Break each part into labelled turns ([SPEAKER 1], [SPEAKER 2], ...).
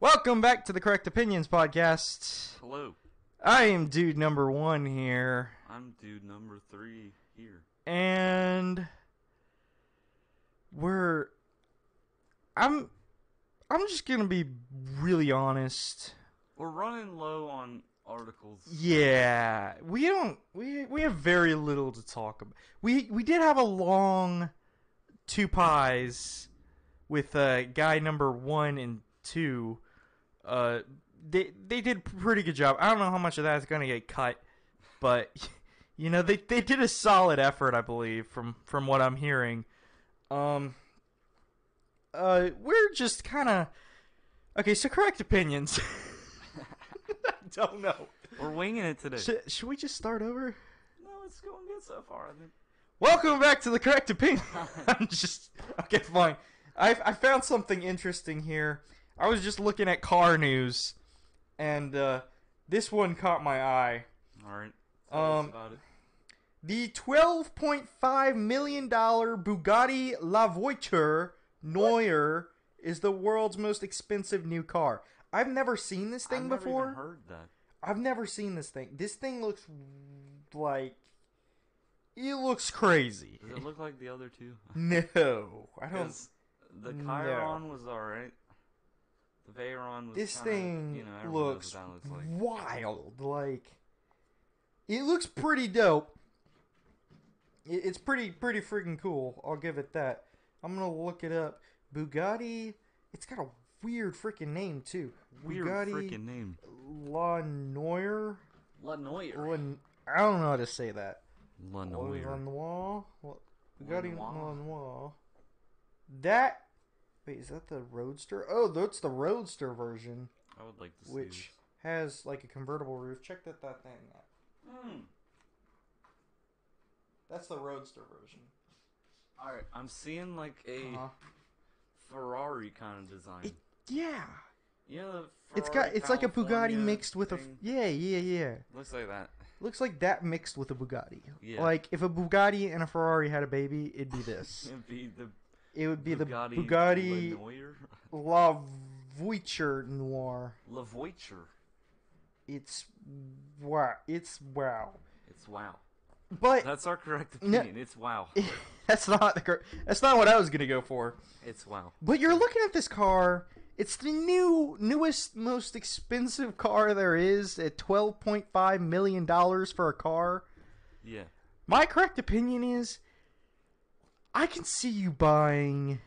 [SPEAKER 1] Welcome back to the Correct Opinions Podcast.
[SPEAKER 2] Hello,
[SPEAKER 1] I am dude number one here,
[SPEAKER 2] I'm dude number three here.
[SPEAKER 1] and we're. I'm. I'm just gonna be really honest.
[SPEAKER 2] We're running low on articles.
[SPEAKER 1] Yeah, we don't. We we have very little to talk about. We we did have a long two pies with uh, guy number one and two. Uh, they they did a pretty good job. I don't know how much of that is gonna get cut, but you know they they did a solid effort, I believe, from from what I'm hearing. Um, uh, we're just kind of okay. So correct opinions. I don't know.
[SPEAKER 2] We're winging it today.
[SPEAKER 1] Should, should we just start over?
[SPEAKER 2] No, it's going good so far. I think.
[SPEAKER 1] Welcome back to the correct opinion. I'm just okay. Fine. I I found something interesting here. I was just looking at car news, and uh, this one caught my eye.
[SPEAKER 2] All right. Tell us
[SPEAKER 1] Um,
[SPEAKER 2] about it.
[SPEAKER 1] The 12.5 million dollar Bugatti La Voiture Neuer is the world's most expensive new car. I've never seen this thing
[SPEAKER 2] I've never
[SPEAKER 1] before.
[SPEAKER 2] even heard that.
[SPEAKER 1] I've never seen this thing. This thing looks like it looks crazy.
[SPEAKER 2] Does it look like the other two?
[SPEAKER 1] No, I don't.
[SPEAKER 2] 'Cause the
[SPEAKER 1] No.
[SPEAKER 2] Chiron was all right. The Veyron was.
[SPEAKER 1] This
[SPEAKER 2] kinda,
[SPEAKER 1] thing
[SPEAKER 2] you know, everyone knows
[SPEAKER 1] looks,
[SPEAKER 2] what that looks like.
[SPEAKER 1] wild. Like it looks pretty dope. It, it's pretty pretty freaking cool. I'll give it that. I'm gonna look it up. Bugatti. It's got a weird freaking name too.
[SPEAKER 2] Weird
[SPEAKER 1] Bugatti
[SPEAKER 2] freaking name.
[SPEAKER 1] La Noire.
[SPEAKER 2] Lanoir.
[SPEAKER 1] Lan- I don't know how to say that.
[SPEAKER 2] Lanoir.
[SPEAKER 1] Lanoir. What- Bugatti
[SPEAKER 2] Lanoir.
[SPEAKER 1] Lanoir. That. Wait, is that the Roadster? Oh, that's the Roadster version,
[SPEAKER 2] I would like to see.
[SPEAKER 1] which has like a convertible roof. Check that that thing out.
[SPEAKER 2] this. Mm.
[SPEAKER 1] That's the Roadster version.
[SPEAKER 2] All right. I'm seeing like a
[SPEAKER 1] Uh-huh.
[SPEAKER 2] Ferrari kind of design.
[SPEAKER 1] It- Yeah,
[SPEAKER 2] yeah. The
[SPEAKER 1] it's got
[SPEAKER 2] Ferrari
[SPEAKER 1] it's like a Bugatti
[SPEAKER 2] California
[SPEAKER 1] mixed with a.
[SPEAKER 2] thing.
[SPEAKER 1] Yeah, yeah, yeah.
[SPEAKER 2] Looks like that.
[SPEAKER 1] Looks like that mixed with a Bugatti.
[SPEAKER 2] Yeah.
[SPEAKER 1] Like if a Bugatti and a Ferrari had a baby, it'd be this.
[SPEAKER 2] It'd be the
[SPEAKER 1] it would be the
[SPEAKER 2] Bugatti,
[SPEAKER 1] Bugatti
[SPEAKER 2] Lanoir,
[SPEAKER 1] La Voiture Noir.
[SPEAKER 2] Lavoiture.
[SPEAKER 1] It's wow. It's wow.
[SPEAKER 2] It's wow.
[SPEAKER 1] But
[SPEAKER 2] That's our correct
[SPEAKER 1] No.
[SPEAKER 2] opinion. It's wow.
[SPEAKER 1] that's not the cor- that's not what I was gonna go for.
[SPEAKER 2] It's wow.
[SPEAKER 1] But you're looking at this car. It's the new newest, most expensive car there is at twelve point five million dollars for a car.
[SPEAKER 2] Yeah.
[SPEAKER 1] My correct opinion is, I can see you buying.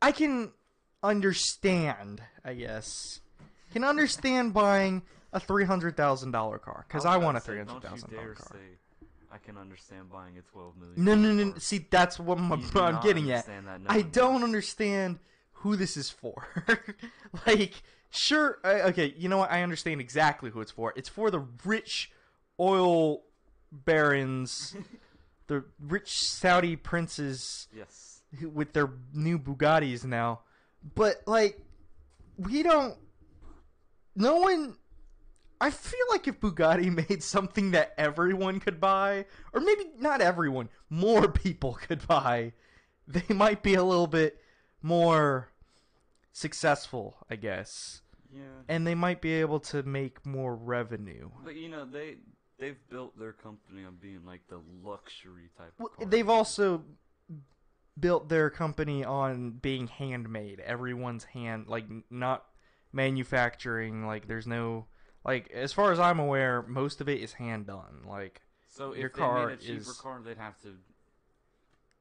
[SPEAKER 1] I can understand. I guess can understand buying a three hundred thousand dollar car because I,
[SPEAKER 2] was
[SPEAKER 1] want a
[SPEAKER 2] about to say,
[SPEAKER 1] three hundred thousand
[SPEAKER 2] Don't you
[SPEAKER 1] dollar
[SPEAKER 2] dare
[SPEAKER 1] car.
[SPEAKER 2] say I can understand buying a twelve million.
[SPEAKER 1] No, no, no.
[SPEAKER 2] car."
[SPEAKER 1] See, that's what my,
[SPEAKER 2] You do
[SPEAKER 1] I'm
[SPEAKER 2] not
[SPEAKER 1] getting at.
[SPEAKER 2] understand that. No
[SPEAKER 1] I
[SPEAKER 2] one does.
[SPEAKER 1] don't understand who this is for. like, sure, I, okay, you know what? I understand exactly who it's for. It's for the rich oil barons, the rich Saudi princes
[SPEAKER 2] Yes.
[SPEAKER 1] who- with their new Bugattis now. But like, we don't. No one. I feel like if Bugatti made something that everyone could buy, or maybe not everyone, more people could buy, they might be a little bit more successful, I guess.
[SPEAKER 2] Yeah.
[SPEAKER 1] And they might be able to make more revenue.
[SPEAKER 2] But you know they they've built their company on being like the luxury type.
[SPEAKER 1] Well,
[SPEAKER 2] of car.
[SPEAKER 1] they've also built their company on being handmade. Everyone's hand, like n- not manufacturing. Like there's no like as far as I'm aware, most of it is hand done. Like
[SPEAKER 2] so if
[SPEAKER 1] your
[SPEAKER 2] they
[SPEAKER 1] car
[SPEAKER 2] made a cheaper
[SPEAKER 1] is-
[SPEAKER 2] car, they'd have to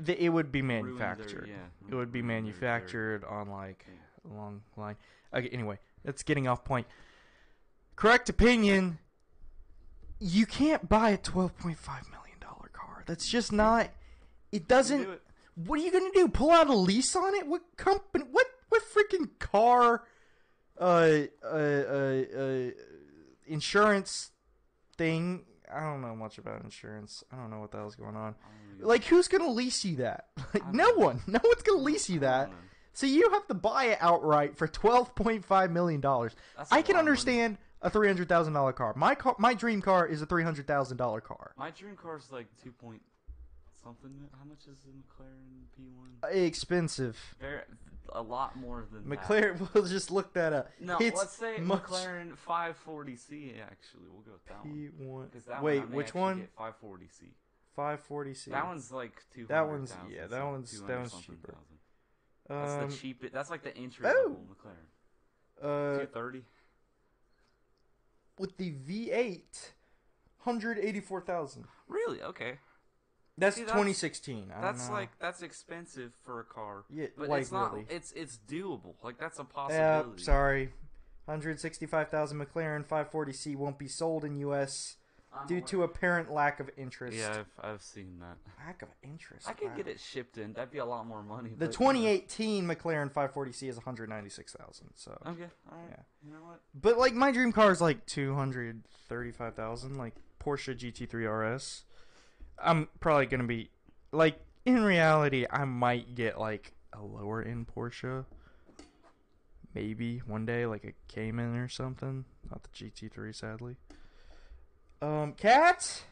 [SPEAKER 1] th- it would be
[SPEAKER 2] ruin their-
[SPEAKER 1] manufactured.
[SPEAKER 2] yeah,
[SPEAKER 1] It would be
[SPEAKER 2] ruin their- their-
[SPEAKER 1] manufactured on like a long line. Okay, anyway, that's getting off point. Correct opinion. You can't buy a twelve point five million dollar car. That's just not. It doesn't.
[SPEAKER 2] do it.
[SPEAKER 1] What are you gonna do? Pull out a lease on it? What company? What what freaking car? Uh, uh, uh, uh, insurance thing. I don't know much about insurance. I don't know what the hell's going on.
[SPEAKER 2] I don't know.
[SPEAKER 1] Like, who's gonna lease you that? Like, no one. No one's gonna lease you
[SPEAKER 2] I
[SPEAKER 1] that.
[SPEAKER 2] don't know.
[SPEAKER 1] So you have to buy it outright for twelve point five million dollars.
[SPEAKER 2] That's a
[SPEAKER 1] I can
[SPEAKER 2] lot of money.
[SPEAKER 1] understand a three hundred thousand dollar car. My car, my dream car is a three hundred thousand dollar car.
[SPEAKER 2] My dream car is like two point something. How much is the McLaren P1?
[SPEAKER 1] Expensive.
[SPEAKER 2] Very, a lot more than that.
[SPEAKER 1] McLaren. We'll just look that up.
[SPEAKER 2] No,
[SPEAKER 1] It's
[SPEAKER 2] let's say
[SPEAKER 1] much
[SPEAKER 2] McLaren 540C. Actually, we'll go with that one.
[SPEAKER 1] P1.
[SPEAKER 2] 'Cause that
[SPEAKER 1] Wait,
[SPEAKER 2] one I may
[SPEAKER 1] which
[SPEAKER 2] actually
[SPEAKER 1] one?
[SPEAKER 2] Get 540C.
[SPEAKER 1] Five forty C.
[SPEAKER 2] That one's like two.
[SPEAKER 1] That one's- yeah, that one's- that one's cheaper.
[SPEAKER 2] That's
[SPEAKER 1] Um,
[SPEAKER 2] the cheapest. That's like the entry
[SPEAKER 1] oh!
[SPEAKER 2] level McLaren.
[SPEAKER 1] uh,
[SPEAKER 2] Two thirty.
[SPEAKER 1] with the V eight, hundred eighty four thousand.
[SPEAKER 2] Really? Okay.
[SPEAKER 1] That's
[SPEAKER 2] See, that's-
[SPEAKER 1] twenty sixteen.
[SPEAKER 2] That's like that's expensive for a car.
[SPEAKER 1] Yeah,
[SPEAKER 2] but
[SPEAKER 1] like,
[SPEAKER 2] it's not.
[SPEAKER 1] really.
[SPEAKER 2] It's it's doable. Like that's a
[SPEAKER 1] Yeah,
[SPEAKER 2] possibility.
[SPEAKER 1] sorry. 165,000 McLaren 540C won't be sold in US
[SPEAKER 2] I'm
[SPEAKER 1] due
[SPEAKER 2] aware.
[SPEAKER 1] to apparent lack of interest.
[SPEAKER 2] Yeah, I've, I've seen that.
[SPEAKER 1] Lack of interest.
[SPEAKER 2] I could
[SPEAKER 1] wow.
[SPEAKER 2] get it shipped in. That'd be a lot more money.
[SPEAKER 1] The
[SPEAKER 2] but- uh,
[SPEAKER 1] 2018 McLaren 540C is 196,000. So,
[SPEAKER 2] Okay. All right.
[SPEAKER 1] Yeah.
[SPEAKER 2] You know what?
[SPEAKER 1] but like my dream car is like 235,000, like Porsche GT3 RS. I'm probably gonna be like in reality, I might get like a lower end Porsche. Maybe one day, like a Cayman or something. Not the GT3, sadly. Um, cat,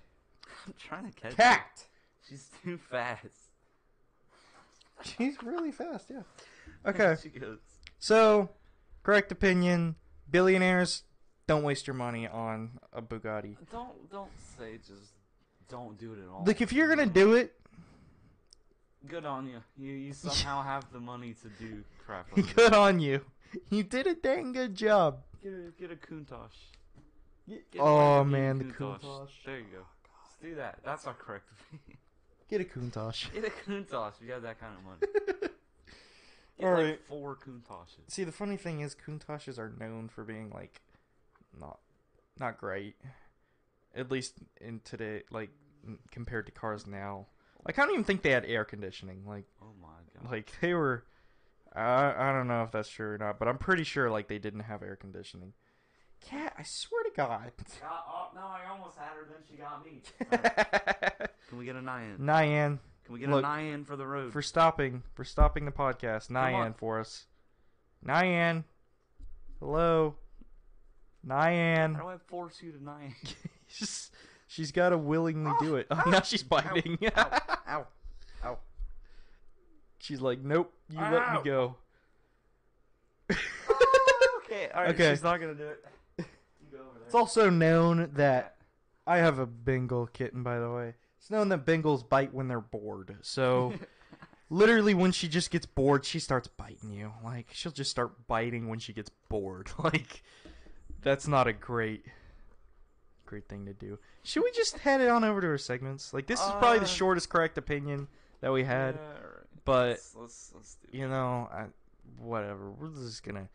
[SPEAKER 2] I'm trying to catch. her.
[SPEAKER 1] cat.
[SPEAKER 2] She's too fast.
[SPEAKER 1] She's really fast, yeah. Okay.
[SPEAKER 2] she goes.
[SPEAKER 1] So, correct opinion: billionaires don't waste your money on a Bugatti.
[SPEAKER 2] Don't don't say just don't do it at all.
[SPEAKER 1] Like, if you're gonna do it,
[SPEAKER 2] Good on you. You you somehow have the money to do crap. Like that.
[SPEAKER 1] good on you. You did a dang good job.
[SPEAKER 2] get a get a Countach. Get a
[SPEAKER 1] Oh
[SPEAKER 2] Lamborghini
[SPEAKER 1] man, the Countach. Oh,
[SPEAKER 2] There you go. Let's do that. That's our correct opinion.
[SPEAKER 1] Get a Countach.
[SPEAKER 2] Get a Countach if you have that kind of money. Get
[SPEAKER 1] All
[SPEAKER 2] like
[SPEAKER 1] right.
[SPEAKER 2] four Countaches.
[SPEAKER 1] See, the funny thing is, Countaches are known for being like not not great. At least in today, like n- compared to cars now. Like I don't even think they had air conditioning. Like
[SPEAKER 2] Oh my god.
[SPEAKER 1] like they were. I I don't know if that's true or not, but I'm pretty sure like they didn't have air conditioning. Cat, I swear to God.
[SPEAKER 2] God, oh, no, I almost had her, then she got me. Can we get a nine?
[SPEAKER 1] Nyan,
[SPEAKER 2] Can we get
[SPEAKER 1] Look,
[SPEAKER 2] a nine for the road?
[SPEAKER 1] for stopping for stopping the podcast.
[SPEAKER 2] on.
[SPEAKER 1] Nyan for us. Nyan, hello. Nyan.
[SPEAKER 2] How do I force you to nine?
[SPEAKER 1] She's, she's got to willingly do it. Oh, now she's biting.
[SPEAKER 2] Ow. Ow.
[SPEAKER 1] she's like, nope, you let me
[SPEAKER 2] Ow.
[SPEAKER 1] go.
[SPEAKER 2] okay, alright,
[SPEAKER 1] Okay.
[SPEAKER 2] she's not gonna do it. You go over there.
[SPEAKER 1] It's also known that I have a Bengal kitten, by the way. It's known that Bengals bite when they're bored. So, literally, when she just gets bored, she starts biting you. Like, she'll just start biting when she gets bored. Like, that's not a great. Great thing to do. Should we just head it on over to our segments? Like this is probably the
[SPEAKER 2] Uh,
[SPEAKER 1] shortest correct opinion that we had,
[SPEAKER 2] Yeah, alright.
[SPEAKER 1] but
[SPEAKER 2] Let's, let's, let's do it.
[SPEAKER 1] you know, I, whatever. We're just gonna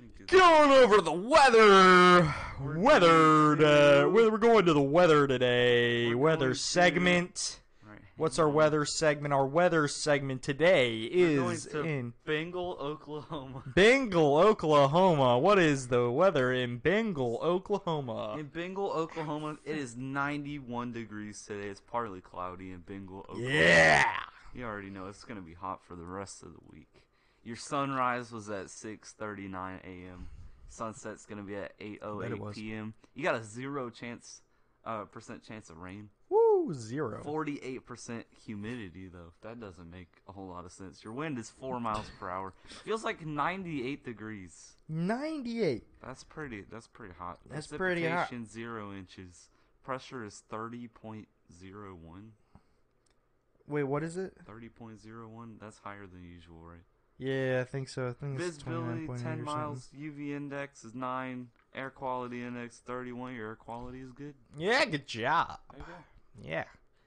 [SPEAKER 2] Yeah.
[SPEAKER 1] get on over to the weather.
[SPEAKER 2] We're
[SPEAKER 1] Weathered.
[SPEAKER 2] going
[SPEAKER 1] Uh,
[SPEAKER 2] to-
[SPEAKER 1] we're we're going to the weather today.
[SPEAKER 2] We're
[SPEAKER 1] weather
[SPEAKER 2] going to-
[SPEAKER 1] segment.
[SPEAKER 2] Alright,
[SPEAKER 1] What's
[SPEAKER 2] hang
[SPEAKER 1] our
[SPEAKER 2] on.
[SPEAKER 1] weather segment? Our weather segment today
[SPEAKER 2] We're going
[SPEAKER 1] is
[SPEAKER 2] to-
[SPEAKER 1] in
[SPEAKER 2] Bengal, Oklahoma.
[SPEAKER 1] Bengal, Oklahoma. What is the weather in Bengal, Oklahoma?
[SPEAKER 2] In Bengal, Oklahoma, it is 91 degrees today. It's partly cloudy in Bengal, Oklahoma.
[SPEAKER 1] Yeah.
[SPEAKER 2] You already know it's going to be hot for the rest of the week. Your sunrise was at 6:39 a.m. Sunset's going to be at
[SPEAKER 1] Bet it
[SPEAKER 2] 8:08
[SPEAKER 1] was.
[SPEAKER 2] p.m. You got a 0 chance uh, percent chance of rain.
[SPEAKER 1] Woo, zero.
[SPEAKER 2] 48% humidity though. That doesn't make a whole lot of sense. Your wind is 4 miles per hour. Feels like 98 degrees.
[SPEAKER 1] 98.
[SPEAKER 2] That's pretty. That's pretty hot.
[SPEAKER 1] That's pretty hot.
[SPEAKER 2] Precipitation, Zero inches. Pressure is thirty point zero one.
[SPEAKER 1] Wait, what is it?
[SPEAKER 2] Thirty point zero one. That's higher than usual, right?
[SPEAKER 1] Yeah, I think so. I think it's
[SPEAKER 2] Visibility
[SPEAKER 1] 29.8
[SPEAKER 2] ten
[SPEAKER 1] or
[SPEAKER 2] miles. UV index is nine. Air quality index thirty one. Your air quality is good.
[SPEAKER 1] something. Yeah, good job.
[SPEAKER 2] There you go.
[SPEAKER 1] Yeah.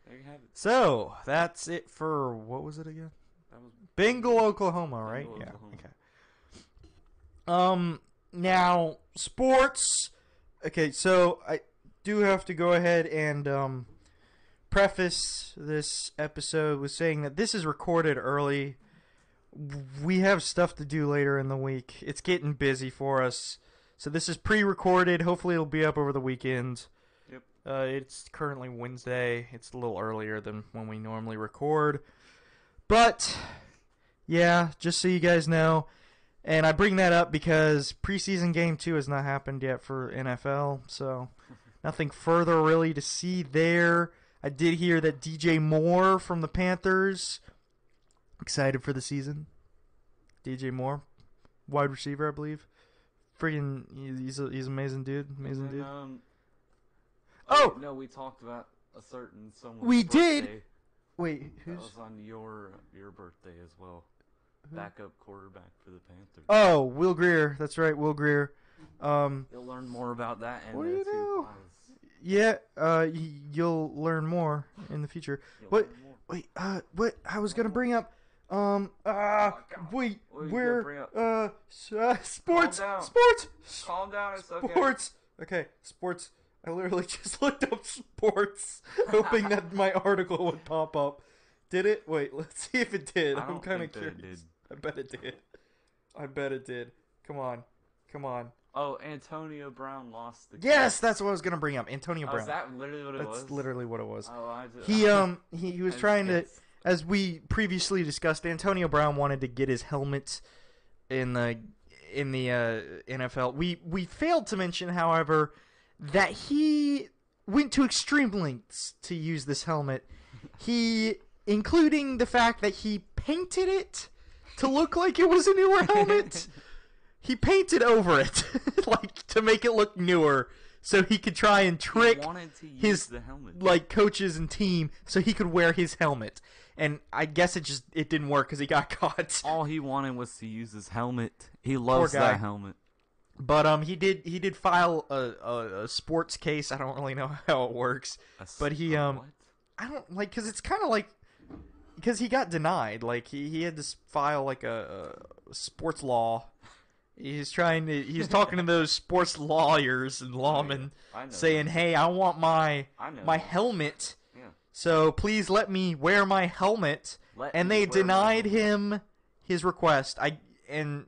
[SPEAKER 2] There you have it.
[SPEAKER 1] So that's it for what was it again?
[SPEAKER 2] That was
[SPEAKER 1] Bengal, Oklahoma, right?
[SPEAKER 2] Bengal,
[SPEAKER 1] yeah.
[SPEAKER 2] Oklahoma.
[SPEAKER 1] Okay. Um. Now sports. Okay, so I do have to go ahead and um, preface this episode with saying that this is recorded early. We have stuff to do later in the week. It's getting busy for us, so this is pre-recorded. Hopefully, it'll be up over the weekend.
[SPEAKER 2] Yep.
[SPEAKER 1] Uh, it's currently Wednesday. It's a little earlier than when we normally record. But, yeah, just so you guys know, And I bring that up because preseason game two has not happened yet for NFL, so nothing further really to see there. I did hear that DJ Moore from the Panthers excited for the season. DJ Moore, wide receiver, I believe. Freaking, he's a, he's an amazing dude, amazing
[SPEAKER 2] And,
[SPEAKER 1] dude.
[SPEAKER 2] um,
[SPEAKER 1] Oh!
[SPEAKER 2] no, we talked about a certain someone.
[SPEAKER 1] We did!
[SPEAKER 2] birthday
[SPEAKER 1] Wait,
[SPEAKER 2] That
[SPEAKER 1] who's?
[SPEAKER 2] was on your your birthday as well. Backup quarterback for the Panthers.
[SPEAKER 1] Oh, Will Greer. That's right, Will Greer. Um,
[SPEAKER 2] You'll learn more about that and
[SPEAKER 1] What do you
[SPEAKER 2] the two
[SPEAKER 1] know?
[SPEAKER 2] pies.
[SPEAKER 1] yeah, uh, y- you'll learn more in the future.
[SPEAKER 2] You'll
[SPEAKER 1] What?
[SPEAKER 2] learn more.
[SPEAKER 1] Wait, uh, what I was gonna bring up, um, ah, wait,
[SPEAKER 2] What were you gonna bring
[SPEAKER 1] where,
[SPEAKER 2] up?
[SPEAKER 1] uh, s- uh, sports,
[SPEAKER 2] down.
[SPEAKER 1] sports,
[SPEAKER 2] Calm down. It's okay.
[SPEAKER 1] sports. Okay, sports. I literally just looked up sports, hoping that my article would pop up. Did it? Wait, let's see if it did.
[SPEAKER 2] I
[SPEAKER 1] I'm
[SPEAKER 2] don't
[SPEAKER 1] kind of
[SPEAKER 2] think that it
[SPEAKER 1] curious.
[SPEAKER 2] did.
[SPEAKER 1] I bet it did. I bet it did. Come on, come on.
[SPEAKER 2] Oh, Antonio Brown lost the.
[SPEAKER 1] Yes, that's what I was gonna bring up. Antonio
[SPEAKER 2] Oh,
[SPEAKER 1] Brown.
[SPEAKER 2] is that literally what it was?
[SPEAKER 1] that's literally what it was.
[SPEAKER 2] Oh, I just,
[SPEAKER 1] He um he, he was
[SPEAKER 2] I
[SPEAKER 1] trying to
[SPEAKER 2] guess.
[SPEAKER 1] as we previously discussed, Antonio Brown wanted to get his helmet in the in the uh, NFL. We we failed to mention, however, that he went to extreme lengths to use this helmet. He including the fact that he painted it to look like it was a newer helmet. he painted over it like to make it look newer so he could try and
[SPEAKER 2] He
[SPEAKER 1] trick
[SPEAKER 2] wanted to use
[SPEAKER 1] his-
[SPEAKER 2] the helmet.
[SPEAKER 1] like coaches and team so he could wear his helmet and i guess it just it didn't work because he got caught
[SPEAKER 2] All he wanted was to use his helmet. He loves
[SPEAKER 1] guy.
[SPEAKER 2] that helmet.
[SPEAKER 1] but um he did he did file a, a, a sports case i don't really know how it works
[SPEAKER 2] A s-
[SPEAKER 1] But he,
[SPEAKER 2] a
[SPEAKER 1] um,
[SPEAKER 2] what?
[SPEAKER 1] i don't like because it's kind of like because he got denied like he, he had to s- file like a, a sports law he's trying to he's talking to those sports lawyers and lawmen
[SPEAKER 2] I know.
[SPEAKER 1] saying hey i want my
[SPEAKER 2] I know.
[SPEAKER 1] my helmet
[SPEAKER 2] yeah.
[SPEAKER 1] so please let me wear my helmet
[SPEAKER 2] Let
[SPEAKER 1] and
[SPEAKER 2] me
[SPEAKER 1] they
[SPEAKER 2] wear my
[SPEAKER 1] denied
[SPEAKER 2] helmet.
[SPEAKER 1] him his request i and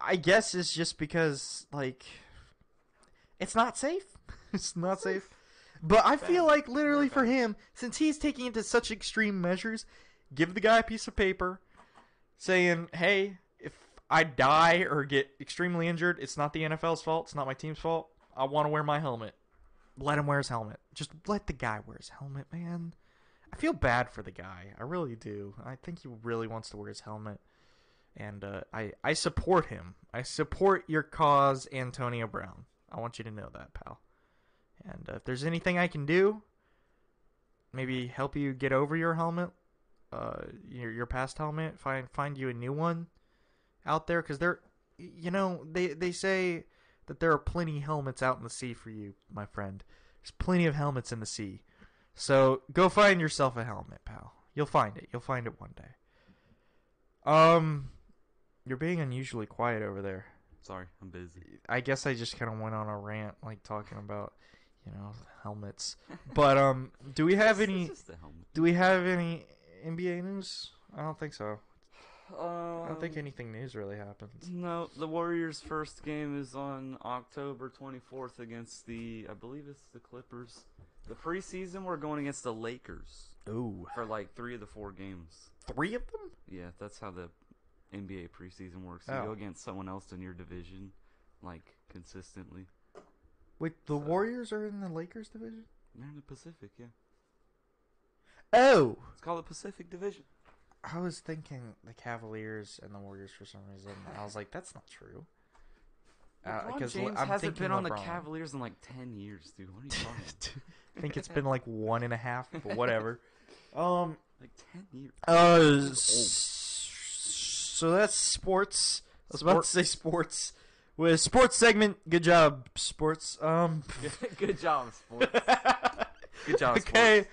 [SPEAKER 1] i guess it's just because like it's not safe it's not safe but i feel like literally for him since he's taking it to such extreme measures give the guy a piece of paper saying hey if i die or get extremely injured it's not the nfl's fault it's not my team's fault i want to wear my helmet let him wear his helmet just let the guy wear his helmet man I feel bad for the guy. I really do. I think he really wants to wear his helmet, and uh, I I support him. I support your cause, Antonio Brown. I want you to know that, pal. And uh, if there's anything I can do, maybe help you get over your helmet, uh, your your past helmet. Find find you a new one out there, because they're, you know, they they say that there are plenty helmets out in the sea for you, my friend. There's plenty of helmets in the sea. So go find yourself a helmet, pal. You'll find it. You'll find it one day. Um, you're being unusually quiet over there.
[SPEAKER 2] Sorry, I'm busy.
[SPEAKER 1] I guess I just kind of went on a rant, like talking about, you know, helmets. But um, do we have
[SPEAKER 2] It's-
[SPEAKER 1] any?
[SPEAKER 2] it's just a helmet.
[SPEAKER 1] Do we have any NBA news? I don't think so. I
[SPEAKER 2] Um,
[SPEAKER 1] don't think anything news really happens.
[SPEAKER 2] No, the Warriors' first game is on October 24th against the, I believe it's the Clippers. The preseason we're going against the Lakers
[SPEAKER 1] Ooh,
[SPEAKER 2] for like three of the four games.
[SPEAKER 1] three of them.
[SPEAKER 2] Yeah, that's how the NBA preseason works. You
[SPEAKER 1] Oh.
[SPEAKER 2] go against someone else in your division, like consistently.
[SPEAKER 1] Wait, the
[SPEAKER 2] So-
[SPEAKER 1] Warriors are in the Lakers division.
[SPEAKER 2] They're in the Pacific, yeah.
[SPEAKER 1] Oh,
[SPEAKER 2] It's called the Pacific Division.
[SPEAKER 1] I was thinking the Cavaliers and the Warriors for some reason. I was like, that's not true. Uh,
[SPEAKER 2] LeBron James hasn't been on the Cavaliers in like ten years, dude. What are you talking? about?
[SPEAKER 1] I think it's been like one and a half, but whatever. um.
[SPEAKER 2] like ten years.
[SPEAKER 1] Uh. s- So that's sports. I was about to say sports. With sports segment, good job, sports. Um.
[SPEAKER 2] Good job, sports. Good job,
[SPEAKER 1] okay.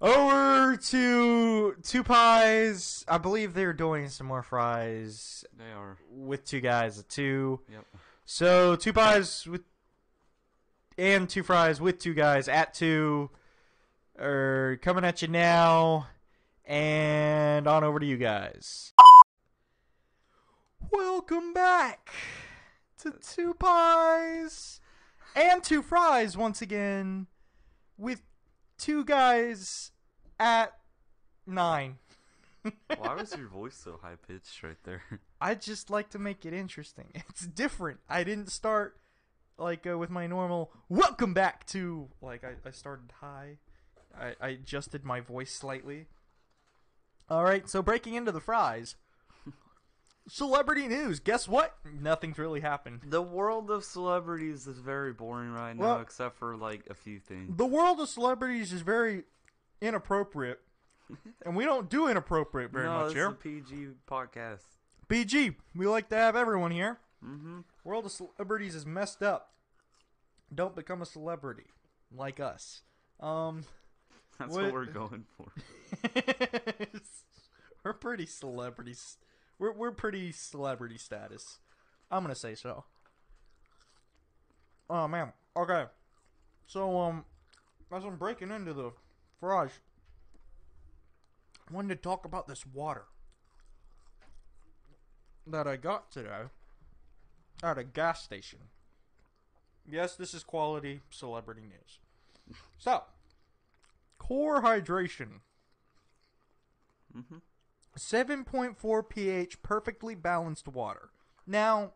[SPEAKER 1] Over to two pies. I believe they're doing some more fries
[SPEAKER 2] They are.
[SPEAKER 1] with two guys at two.
[SPEAKER 2] Yep.
[SPEAKER 1] So two pies with and two fries with two guys at two are coming at you now and on over to you guys. Welcome back to two pies and two fries once again with two guys at nine.
[SPEAKER 2] Why was your voice so high pitched right there?
[SPEAKER 1] I just like to make it interesting. It's different. I didn't start like uh, with my normal "Welcome back to" like I, I started high. I, I adjusted my voice slightly. All right, so breaking into the fries. Celebrity news. Guess what? Nothing's really happened.
[SPEAKER 2] The world of celebrities is very boring right now,
[SPEAKER 1] Well-
[SPEAKER 2] except for like a few things.
[SPEAKER 1] The world of celebrities is very inappropriate, and we don't do inappropriate very
[SPEAKER 2] no,
[SPEAKER 1] much
[SPEAKER 2] this
[SPEAKER 1] here.
[SPEAKER 2] is a PG podcast.
[SPEAKER 1] BG, we like to have everyone here.
[SPEAKER 2] Mm-hmm.
[SPEAKER 1] World of Celebrities is messed up. Don't become a celebrity like us. Um,
[SPEAKER 2] That's
[SPEAKER 1] What-
[SPEAKER 2] what we're going for.
[SPEAKER 1] we're pretty celebrities. We're we're pretty celebrity status. I'm gonna say so. Oh man. Okay. So um, as I'm breaking into the fries, I wanted to talk about this water that I got today at a gas station. Yes, this is quality celebrity news. So, core hydration.
[SPEAKER 2] Mm-hmm.
[SPEAKER 1] 7.4 pH, perfectly balanced water. Now,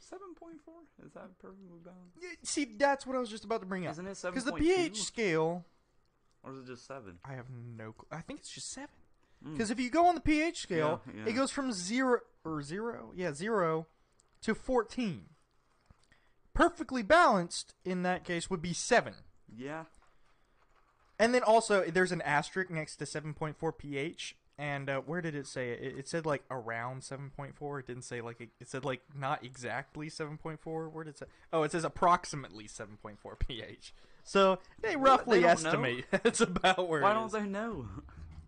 [SPEAKER 2] Seven point four is that perfectly balanced?
[SPEAKER 1] y- see, that's what I was just about to bring up.
[SPEAKER 2] Isn't it seven
[SPEAKER 1] Because the
[SPEAKER 2] point
[SPEAKER 1] pH
[SPEAKER 2] two,
[SPEAKER 1] scale,
[SPEAKER 2] or is it just seven?
[SPEAKER 1] I have no clue. I think it's just seven.
[SPEAKER 2] Mm.
[SPEAKER 1] Because if you go on the pH scale,
[SPEAKER 2] Yeah, yeah.
[SPEAKER 1] it goes from zero or zero, yeah, zero to 14. Perfectly balanced in that case would be seven.
[SPEAKER 2] Yeah,
[SPEAKER 1] And then also, there's an asterisk next to 7.4 pH. And uh, where did it say it? It- It said like around 7.4. It didn't say like it, it said like not exactly 7.4. Where did it say? Oh, it says approximately 7.4 pH. So they
[SPEAKER 2] What? They
[SPEAKER 1] roughly
[SPEAKER 2] don't know?
[SPEAKER 1] estimate that's about where.
[SPEAKER 2] why
[SPEAKER 1] it
[SPEAKER 2] don't
[SPEAKER 1] is.
[SPEAKER 2] they know?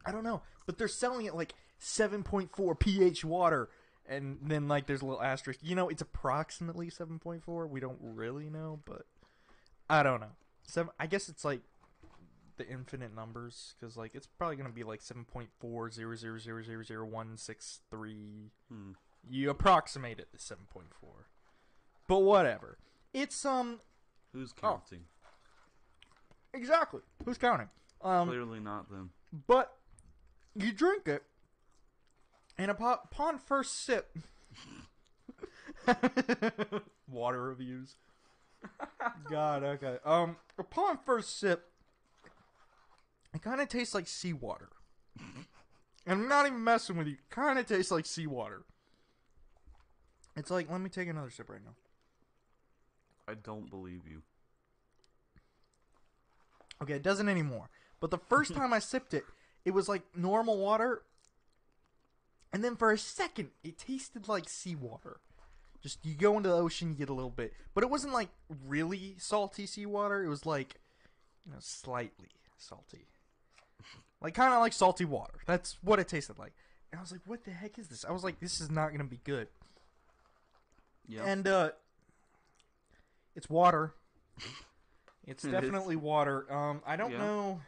[SPEAKER 1] I don't know, but they're selling it like 7.4 pH water, and then like there's a little asterisk. You know, it's approximately 7.4. We don't really know, but I don't know. Seven. I guess it's like the infinite numbers because like it's probably gonna be like 7.400000163.
[SPEAKER 2] Hmm.
[SPEAKER 1] You approximate it to 7.4, but whatever. It's um
[SPEAKER 2] Who's counting?
[SPEAKER 1] exactly who's counting. Um,
[SPEAKER 2] Clearly not them.
[SPEAKER 1] But you drink it, and upon, upon first sip, water reviews. God, okay. Um, upon first sip, it kind of tastes like seawater. And I'm not even messing with you. Kind of tastes like seawater. It's like, let me take another sip right now.
[SPEAKER 2] I don't believe you.
[SPEAKER 1] Okay, it doesn't anymore. But the first time I sipped it, it was like normal water. And then for a second, it tasted like seawater. Just you go into the ocean, you get a little bit. But it wasn't like really salty seawater. It was like, you know, slightly salty. Like kind of like salty water. That's what it tasted like. And I was like, what the heck is this? I was like, this is not going to be good.
[SPEAKER 2] Yeah,
[SPEAKER 1] And uh it's water. It's
[SPEAKER 2] It is.
[SPEAKER 1] definitely water. Um I don't
[SPEAKER 2] Yeah.
[SPEAKER 1] know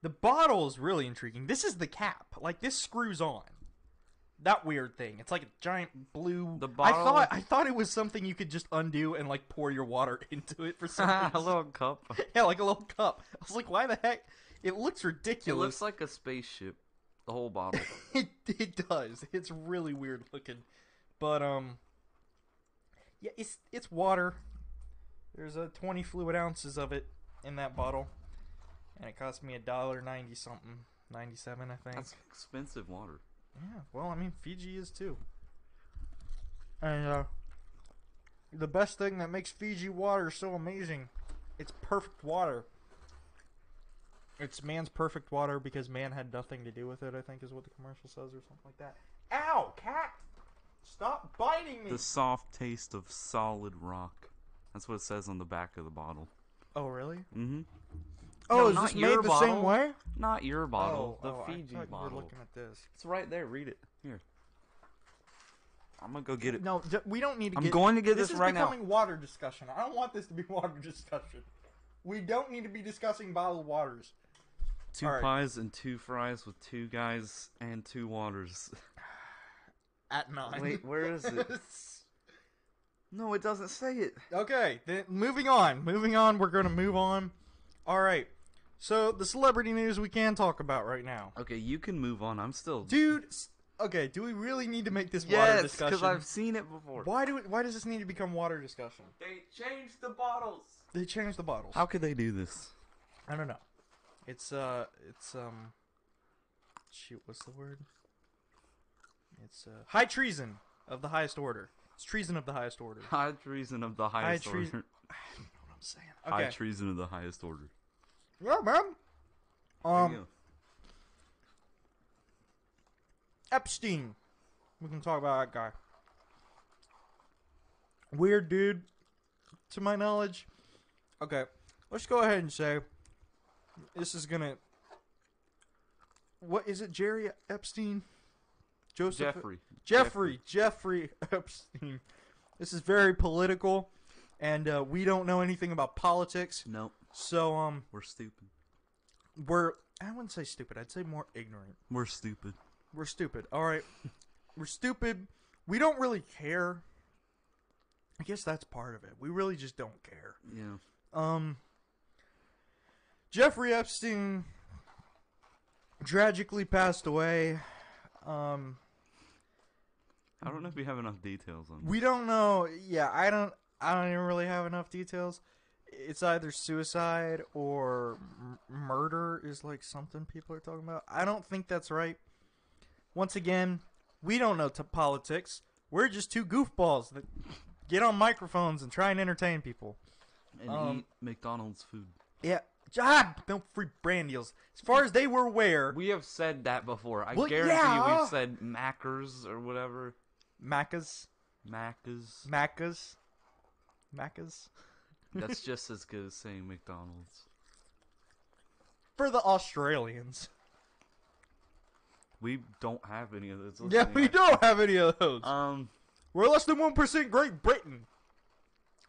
[SPEAKER 1] The bottle is really intriguing. This is the cap. Like this screws on. That weird thing. It's like a giant blue
[SPEAKER 2] The
[SPEAKER 1] I
[SPEAKER 2] bottle-
[SPEAKER 1] thought I thought it was something you could just undo and like pour your water into it for some reason.
[SPEAKER 2] a little cup.
[SPEAKER 1] Yeah, like a little cup. I was like, why the heck? It looks
[SPEAKER 2] It
[SPEAKER 1] ridiculous.
[SPEAKER 2] looks like a spaceship. The whole bottle.
[SPEAKER 1] it, it does. It's really weird looking, but um, yeah, it's it's water. There's a 20 fluid ounces of it in that bottle, and it cost me a dollar ninety something, ninety seven, I think.
[SPEAKER 2] That's expensive water.
[SPEAKER 1] Yeah, well, I mean, Fiji is too. And uh, the best thing that makes Fiji water so amazing, it's perfect water. It's man's perfect water because man had nothing to do with it. I think is what the commercial says, or something like that. Ow, cat! Stop biting me!
[SPEAKER 2] The soft taste of solid rock. That's what it says on the back of the bottle.
[SPEAKER 1] Oh, really?
[SPEAKER 2] Mm-hmm.
[SPEAKER 1] Oh,
[SPEAKER 2] No,
[SPEAKER 1] is
[SPEAKER 2] not
[SPEAKER 1] this made
[SPEAKER 2] your
[SPEAKER 1] the same
[SPEAKER 2] bottle.
[SPEAKER 1] way?
[SPEAKER 2] Not your bottle,
[SPEAKER 1] oh,
[SPEAKER 2] the
[SPEAKER 1] oh, I
[SPEAKER 2] Fiji
[SPEAKER 1] thought you
[SPEAKER 2] bottle.
[SPEAKER 1] We're looking at this.
[SPEAKER 2] It's right there. Read it. Here. I'm gonna go get it.
[SPEAKER 1] No, d- we don't need to.
[SPEAKER 2] I'm
[SPEAKER 1] get,
[SPEAKER 2] going to get
[SPEAKER 1] this
[SPEAKER 2] this
[SPEAKER 1] is
[SPEAKER 2] right now.
[SPEAKER 1] becoming water discussion. I don't want this to be water discussion. We don't need to be discussing bottled waters.
[SPEAKER 2] Two
[SPEAKER 1] All right.
[SPEAKER 2] pies and two fries with two guys and two waters.
[SPEAKER 1] At nine.
[SPEAKER 2] Wait, where is it? No, it doesn't say it.
[SPEAKER 1] okay, then moving on. Moving on. We're gonna move on. All right. So the celebrity news we can talk about right now,
[SPEAKER 2] Okay, you can move on. I'm still
[SPEAKER 1] dude. s- Okay, do we really need to make this water
[SPEAKER 2] yes,
[SPEAKER 1] discussion?
[SPEAKER 2] because I've seen it before.
[SPEAKER 1] Why do it, why does this need to become water discussion?
[SPEAKER 2] They changed the bottles.
[SPEAKER 1] They changed the bottles.
[SPEAKER 2] How could they do this?
[SPEAKER 1] I don't know. It's uh, it's um, shoot, what's the word? It's uh, high treason of the highest order. It's treason of the highest order.
[SPEAKER 2] High treason of the highest
[SPEAKER 1] treas-
[SPEAKER 2] order.
[SPEAKER 1] know what I'm saying.
[SPEAKER 2] High
[SPEAKER 1] Okay.
[SPEAKER 2] treason of the highest order.
[SPEAKER 1] yeah, man. Um,
[SPEAKER 2] You.
[SPEAKER 1] Epstein. We can talk about that guy. Weird dude, to my knowledge. Okay, let's go ahead and say this is gonna. What is it, Jerry Epstein? Joseph
[SPEAKER 2] Jeffrey.
[SPEAKER 1] Jeffrey, Jeffrey Epstein. This is very political, and uh, we don't know anything about politics.
[SPEAKER 2] Nope,
[SPEAKER 1] So, um,
[SPEAKER 2] we're stupid.
[SPEAKER 1] we're I wouldn't say stupid. I'd say more ignorant.
[SPEAKER 2] We're stupid.
[SPEAKER 1] We're stupid. All right, we're stupid. We don't really care. I guess that's part of it. We really just don't care.
[SPEAKER 2] Yeah.
[SPEAKER 1] Um, Jeffrey Epstein tragically passed away. Um,
[SPEAKER 2] I don't know if we have enough details on.
[SPEAKER 1] We don't know. Yeah, I don't. I don't even really have enough details. It's either suicide or m- murder is like something people are talking about. I don't think that's right. Once again, we don't know t- politics. We're just two goofballs that get on microphones and try and entertain people.
[SPEAKER 2] and
[SPEAKER 1] um,
[SPEAKER 2] eat McDonald's food.
[SPEAKER 1] Yeah, job. No free brand deals. As far as they were aware,
[SPEAKER 2] We have said that before. I
[SPEAKER 1] Well,
[SPEAKER 2] guarantee
[SPEAKER 1] yeah.
[SPEAKER 2] we've said Mackers or whatever.
[SPEAKER 1] Macca's,
[SPEAKER 2] Maccas.
[SPEAKER 1] Macca's, Macca's.
[SPEAKER 2] That's just as good as saying McDonald's.
[SPEAKER 1] For the Australians. we
[SPEAKER 2] We don't have any of those.
[SPEAKER 1] yeah, we don't have any of those.
[SPEAKER 2] Um,
[SPEAKER 1] We're less than one percent Great Britain.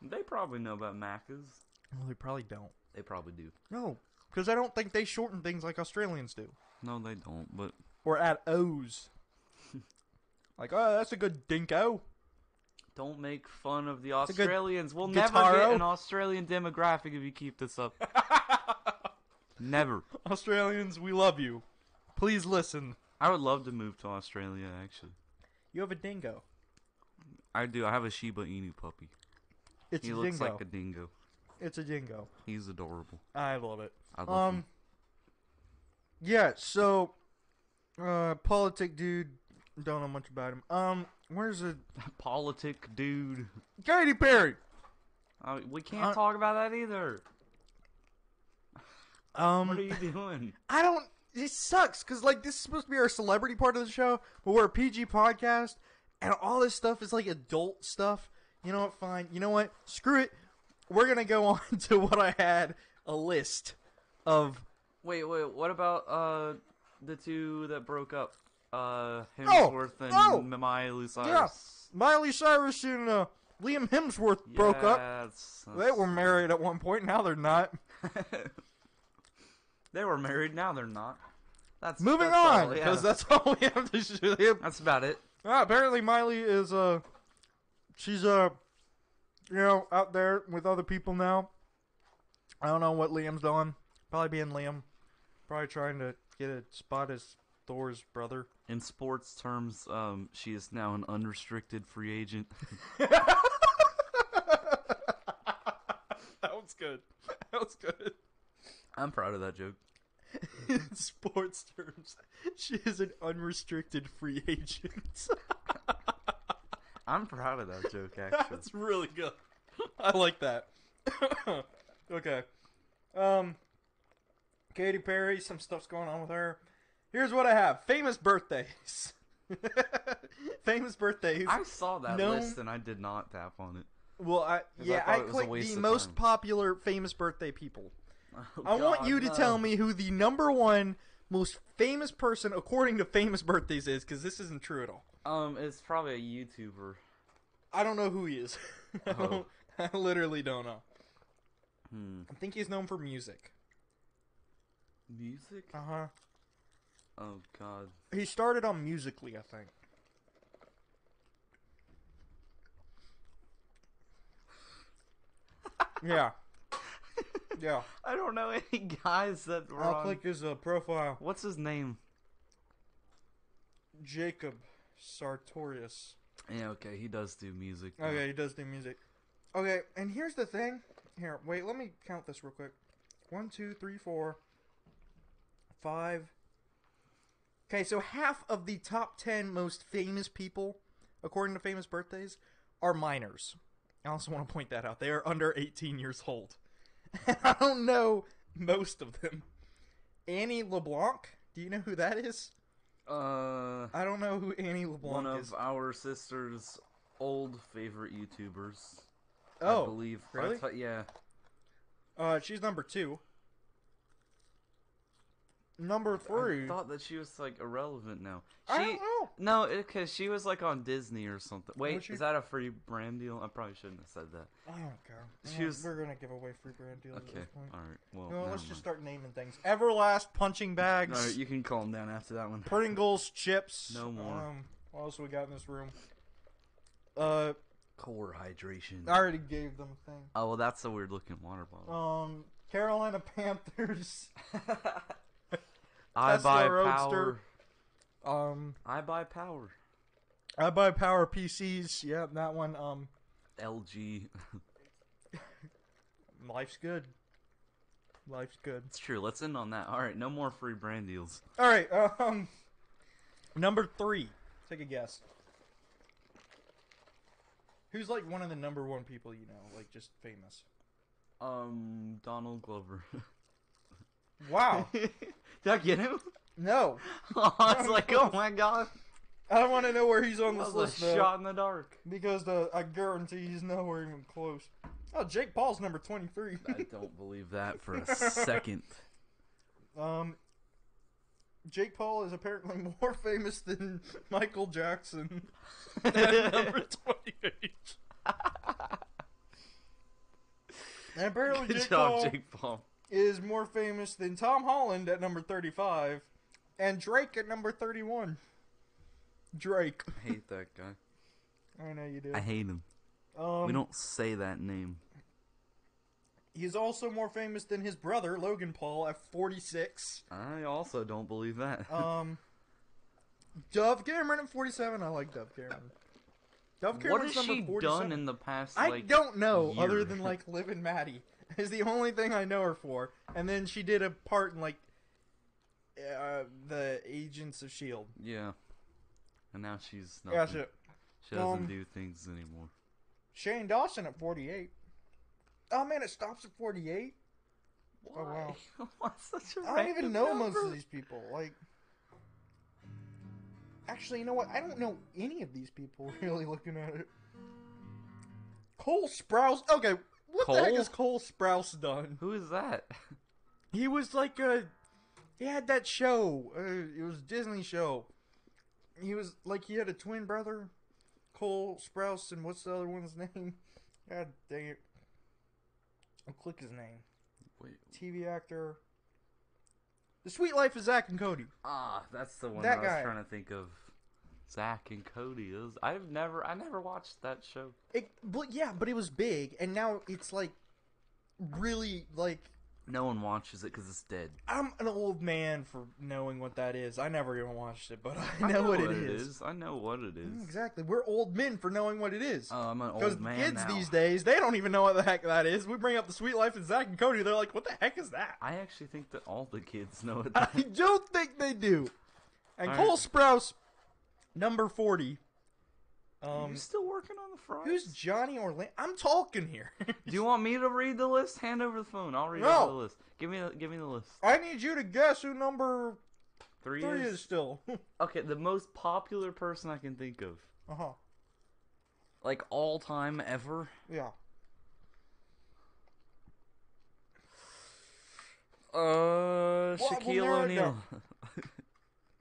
[SPEAKER 2] they probably know about Maccas.
[SPEAKER 1] Well, they probably don't.
[SPEAKER 2] They probably do.
[SPEAKER 1] No, because I don't think they shorten things like Australians do,
[SPEAKER 2] No, they don't. But
[SPEAKER 1] or add O's. like, oh, that's a good dinko.
[SPEAKER 2] don't make fun of the
[SPEAKER 1] a good
[SPEAKER 2] Australians. We'll never
[SPEAKER 1] guitaro.
[SPEAKER 2] get an Australian demographic if you keep this up. never.
[SPEAKER 1] Australians, we love you. Please listen.
[SPEAKER 2] I would love to move to Australia. Actually,
[SPEAKER 1] You have a dingo.
[SPEAKER 2] I do. I have a Shiba Inu puppy.
[SPEAKER 1] It's
[SPEAKER 2] he
[SPEAKER 1] a
[SPEAKER 2] looks
[SPEAKER 1] dingo.
[SPEAKER 2] like a dingo.
[SPEAKER 1] It's a dingo.
[SPEAKER 2] He's adorable.
[SPEAKER 1] I love it.
[SPEAKER 2] I love
[SPEAKER 1] Um.
[SPEAKER 2] him.
[SPEAKER 1] Yeah. So, uh, politic dude. Don't know much about him. Um, where's the
[SPEAKER 2] politic dude.
[SPEAKER 1] Katy Perry?
[SPEAKER 2] Uh, we can't
[SPEAKER 1] Uh,
[SPEAKER 2] talk about that either.
[SPEAKER 1] Um,
[SPEAKER 2] What are you doing?
[SPEAKER 1] I don't. It sucks because like this is supposed to be our celebrity part of the show, but we're a PG podcast, and all this stuff is like adult stuff. You know what? Fine. You know what? Screw it. We're gonna go on to what I had a list of.
[SPEAKER 2] wait, wait. What about uh the two that broke up? Uh, Hemsworth
[SPEAKER 1] Hemsworth
[SPEAKER 2] and
[SPEAKER 1] and oh,
[SPEAKER 2] Miley Cyrus.
[SPEAKER 1] Yeah, Miley Cyrus and uh, Liam Hemsworth broke up. They were married at one point. Now they're not.
[SPEAKER 2] they were married. Now they're not. That's
[SPEAKER 1] Moving
[SPEAKER 2] that's all,
[SPEAKER 1] on
[SPEAKER 2] yeah.
[SPEAKER 1] because that's all we have to show.
[SPEAKER 2] that's about it.
[SPEAKER 1] Ah, apparently Miley is uh she's uh you know out there with other people now. I don't know what Liam's doing. Probably being Liam. Probably trying to get a spot as Thor's brother.
[SPEAKER 2] In sports terms, um, she is now an unrestricted free agent.
[SPEAKER 1] That was good. That was good.
[SPEAKER 2] I'm proud of that joke.
[SPEAKER 1] In sports terms, she is an unrestricted free agent.
[SPEAKER 2] I'm proud of that joke. Actually,
[SPEAKER 1] That's really good. I like that. okay. Um Katy Perry, some stuff's going on with her. Here's what I have. Famous birthdays. Famous birthdays.
[SPEAKER 2] I saw that
[SPEAKER 1] No.
[SPEAKER 2] list and I did not tap on it.
[SPEAKER 1] well, I
[SPEAKER 2] I
[SPEAKER 1] yeah,
[SPEAKER 2] thought
[SPEAKER 1] I,
[SPEAKER 2] it was a
[SPEAKER 1] clicked
[SPEAKER 2] waste
[SPEAKER 1] the
[SPEAKER 2] of
[SPEAKER 1] most
[SPEAKER 2] time.
[SPEAKER 1] popular famous birthday people.
[SPEAKER 2] Oh,
[SPEAKER 1] I want
[SPEAKER 2] God,
[SPEAKER 1] you to
[SPEAKER 2] no.
[SPEAKER 1] tell me who the number one most famous person according to famous birthdays is cuz this isn't true at all.
[SPEAKER 2] Um, it's probably a YouTuber.
[SPEAKER 1] I don't know who he is. I,
[SPEAKER 2] Oh.
[SPEAKER 1] don't- I literally don't know.
[SPEAKER 2] Hmm.
[SPEAKER 1] I think he's known for music.
[SPEAKER 2] Music?
[SPEAKER 1] Uh-huh.
[SPEAKER 2] Oh God.
[SPEAKER 1] He started on Musically, I think. yeah. Yeah.
[SPEAKER 2] I don't know any guys that were
[SPEAKER 1] I'll
[SPEAKER 2] on.
[SPEAKER 1] click his uh, profile.
[SPEAKER 2] What's his name?
[SPEAKER 1] Jacob Sartorius.
[SPEAKER 2] Yeah, okay, he does do music. though.
[SPEAKER 1] Okay, Oh, he does do music. Okay, and here's the thing. Here, wait, let me count this real quick. One, two, three, four, five. Okay, so half of the top ten most famous people, according to famous birthdays, are minors. I also want to point that out. They are under 18 years old. I don't know most of them. Annie LeBlanc. Do you know who that is?
[SPEAKER 2] Uh,
[SPEAKER 1] I don't know who Annie LeBlanc
[SPEAKER 2] one
[SPEAKER 1] is.
[SPEAKER 2] of our sister's old favorite YouTubers. I
[SPEAKER 1] oh,
[SPEAKER 2] believe. I
[SPEAKER 1] really?
[SPEAKER 2] thought- yeah.
[SPEAKER 1] Uh, she's number two. Number three.
[SPEAKER 2] I thought that she was like irrelevant now. She,
[SPEAKER 1] I don't know.
[SPEAKER 2] No, because she was like on Disney or something. Wait,
[SPEAKER 1] she?
[SPEAKER 2] is that a free brand deal? I probably shouldn't have said that.
[SPEAKER 1] I don't care.
[SPEAKER 2] She
[SPEAKER 1] Well,
[SPEAKER 2] was-
[SPEAKER 1] We're gonna give away free brand deals at
[SPEAKER 2] Okay,
[SPEAKER 1] this point.
[SPEAKER 2] all right. Well,
[SPEAKER 1] No,
[SPEAKER 2] never
[SPEAKER 1] let's just
[SPEAKER 2] mind.
[SPEAKER 1] start naming things. Everlast punching bags,
[SPEAKER 2] All right, you can calm down after that one.
[SPEAKER 1] Pringles chips.
[SPEAKER 2] No more.
[SPEAKER 1] Um, what else we got in this room? Uh,
[SPEAKER 2] Core hydration.
[SPEAKER 1] I already gave them a thing.
[SPEAKER 2] Oh well, that's a weird looking water bottle.
[SPEAKER 1] Um, Carolina Panthers.
[SPEAKER 2] I
[SPEAKER 1] Tesla
[SPEAKER 2] buy
[SPEAKER 1] Roadster.
[SPEAKER 2] power.
[SPEAKER 1] um,
[SPEAKER 2] I buy power.
[SPEAKER 1] I buy power PCs. Yeah, that one. Um,
[SPEAKER 2] LG.
[SPEAKER 1] life's good. Life's good.
[SPEAKER 2] It's true. Let's end on that. All right, no more free brand deals.
[SPEAKER 1] All right. Um, number three. Take a guess. Who's like one of the number one people you know, like just famous?
[SPEAKER 2] Um, Donald Glover.
[SPEAKER 1] Wow.
[SPEAKER 2] Did I get him?
[SPEAKER 1] no,
[SPEAKER 2] I was like, oh my god,
[SPEAKER 1] I want to know where he's on
[SPEAKER 2] that
[SPEAKER 1] this
[SPEAKER 2] was
[SPEAKER 1] list
[SPEAKER 2] a
[SPEAKER 1] though,
[SPEAKER 2] shot in the dark.
[SPEAKER 1] because the I guarantee he's nowhere even close. Oh, Jake Paul's number twenty-three.
[SPEAKER 2] I don't believe that for a second.
[SPEAKER 1] um, Jake Paul is apparently more famous than Michael Jackson at number twenty-eight. And apparently,
[SPEAKER 2] Good
[SPEAKER 1] Jake Paul
[SPEAKER 2] job, Jake Paul.
[SPEAKER 1] is more famous than Tom Holland at number 35 and Drake at number 31. Drake.
[SPEAKER 2] I hate that guy.
[SPEAKER 1] I know you do.
[SPEAKER 2] I hate him.
[SPEAKER 1] Um,
[SPEAKER 2] we don't say that name.
[SPEAKER 1] He's also more famous than his brother, Logan Paul, at 46.
[SPEAKER 2] I also don't believe that.
[SPEAKER 1] Um, Dove Cameron at 47. I like Dove Cameron. Dove
[SPEAKER 2] what
[SPEAKER 1] Cameron's
[SPEAKER 2] has she
[SPEAKER 1] number 47.
[SPEAKER 2] done in the past?
[SPEAKER 1] I
[SPEAKER 2] like,
[SPEAKER 1] don't know, other
[SPEAKER 2] year?
[SPEAKER 1] than like Live and Maddie is the only thing I know her for. And then she did a part in like uh, the Agents of Shield.
[SPEAKER 2] Yeah. And now she's nothing.
[SPEAKER 1] E Gotcha.
[SPEAKER 2] She doesn't
[SPEAKER 1] Um,
[SPEAKER 2] do things anymore.
[SPEAKER 1] Shane Dawson at 48. Oh man, it stops at 48. Oh, wow.
[SPEAKER 2] Why such a
[SPEAKER 1] I don't even
[SPEAKER 2] random
[SPEAKER 1] know
[SPEAKER 2] number?
[SPEAKER 1] most of these people. Like, actually, you know what? I don't know any of these people. Really looking at it. Cole Sprouse. Okay, what the heck
[SPEAKER 2] Cole?
[SPEAKER 1] has Cole Sprouse done?
[SPEAKER 2] Who is that?
[SPEAKER 1] He was like a. He had that show. Uh, it was a Disney show. He was like he had a twin brother, Cole Sprouse, and what's the other one's name? God dang it! I'll click his name.
[SPEAKER 2] Wait.
[SPEAKER 1] TV actor. The Sweet Life of Zach and Cody.
[SPEAKER 2] Ah, that's the one
[SPEAKER 1] That
[SPEAKER 2] that, I
[SPEAKER 1] guy.
[SPEAKER 2] was trying to think of. Zach and Cody is. I've never, I never watched that show.
[SPEAKER 1] It, but yeah, but it was big, and now it's like really like
[SPEAKER 2] No one watches it because it's dead.
[SPEAKER 1] I'm an old man for knowing what that is. I never even watched it, but I know, what, it is.
[SPEAKER 2] I know what it is.
[SPEAKER 1] Exactly, we're old men for knowing what it is.
[SPEAKER 2] Oh, I'm an
[SPEAKER 1] Because
[SPEAKER 2] old man
[SPEAKER 1] kids
[SPEAKER 2] now.
[SPEAKER 1] these days, they don't even know what the heck that is. We bring up the Sweet Life of Zach and Cody, they're like, "What the heck is that?"
[SPEAKER 2] I actually think that all the kids know it.
[SPEAKER 1] I don't think they do. And
[SPEAKER 2] All right.
[SPEAKER 1] Cole Sprouse, number forty. Um,
[SPEAKER 2] you still working on the fries?
[SPEAKER 1] Who's Johnny Orlando? I'm talking here.
[SPEAKER 2] Do you want me to read the list? Hand over the phone. I'll read
[SPEAKER 1] No.
[SPEAKER 2] over the list. Give me, the, give me the list.
[SPEAKER 1] I need you to guess who number
[SPEAKER 2] Three,
[SPEAKER 1] three
[SPEAKER 2] is,
[SPEAKER 1] is still. uh
[SPEAKER 2] okay. The most popular person I can think of,
[SPEAKER 1] huh.
[SPEAKER 2] like all time ever.
[SPEAKER 1] Yeah.
[SPEAKER 2] Uh,
[SPEAKER 1] we'll
[SPEAKER 2] Shaquille
[SPEAKER 1] narrow it
[SPEAKER 2] O'Neal.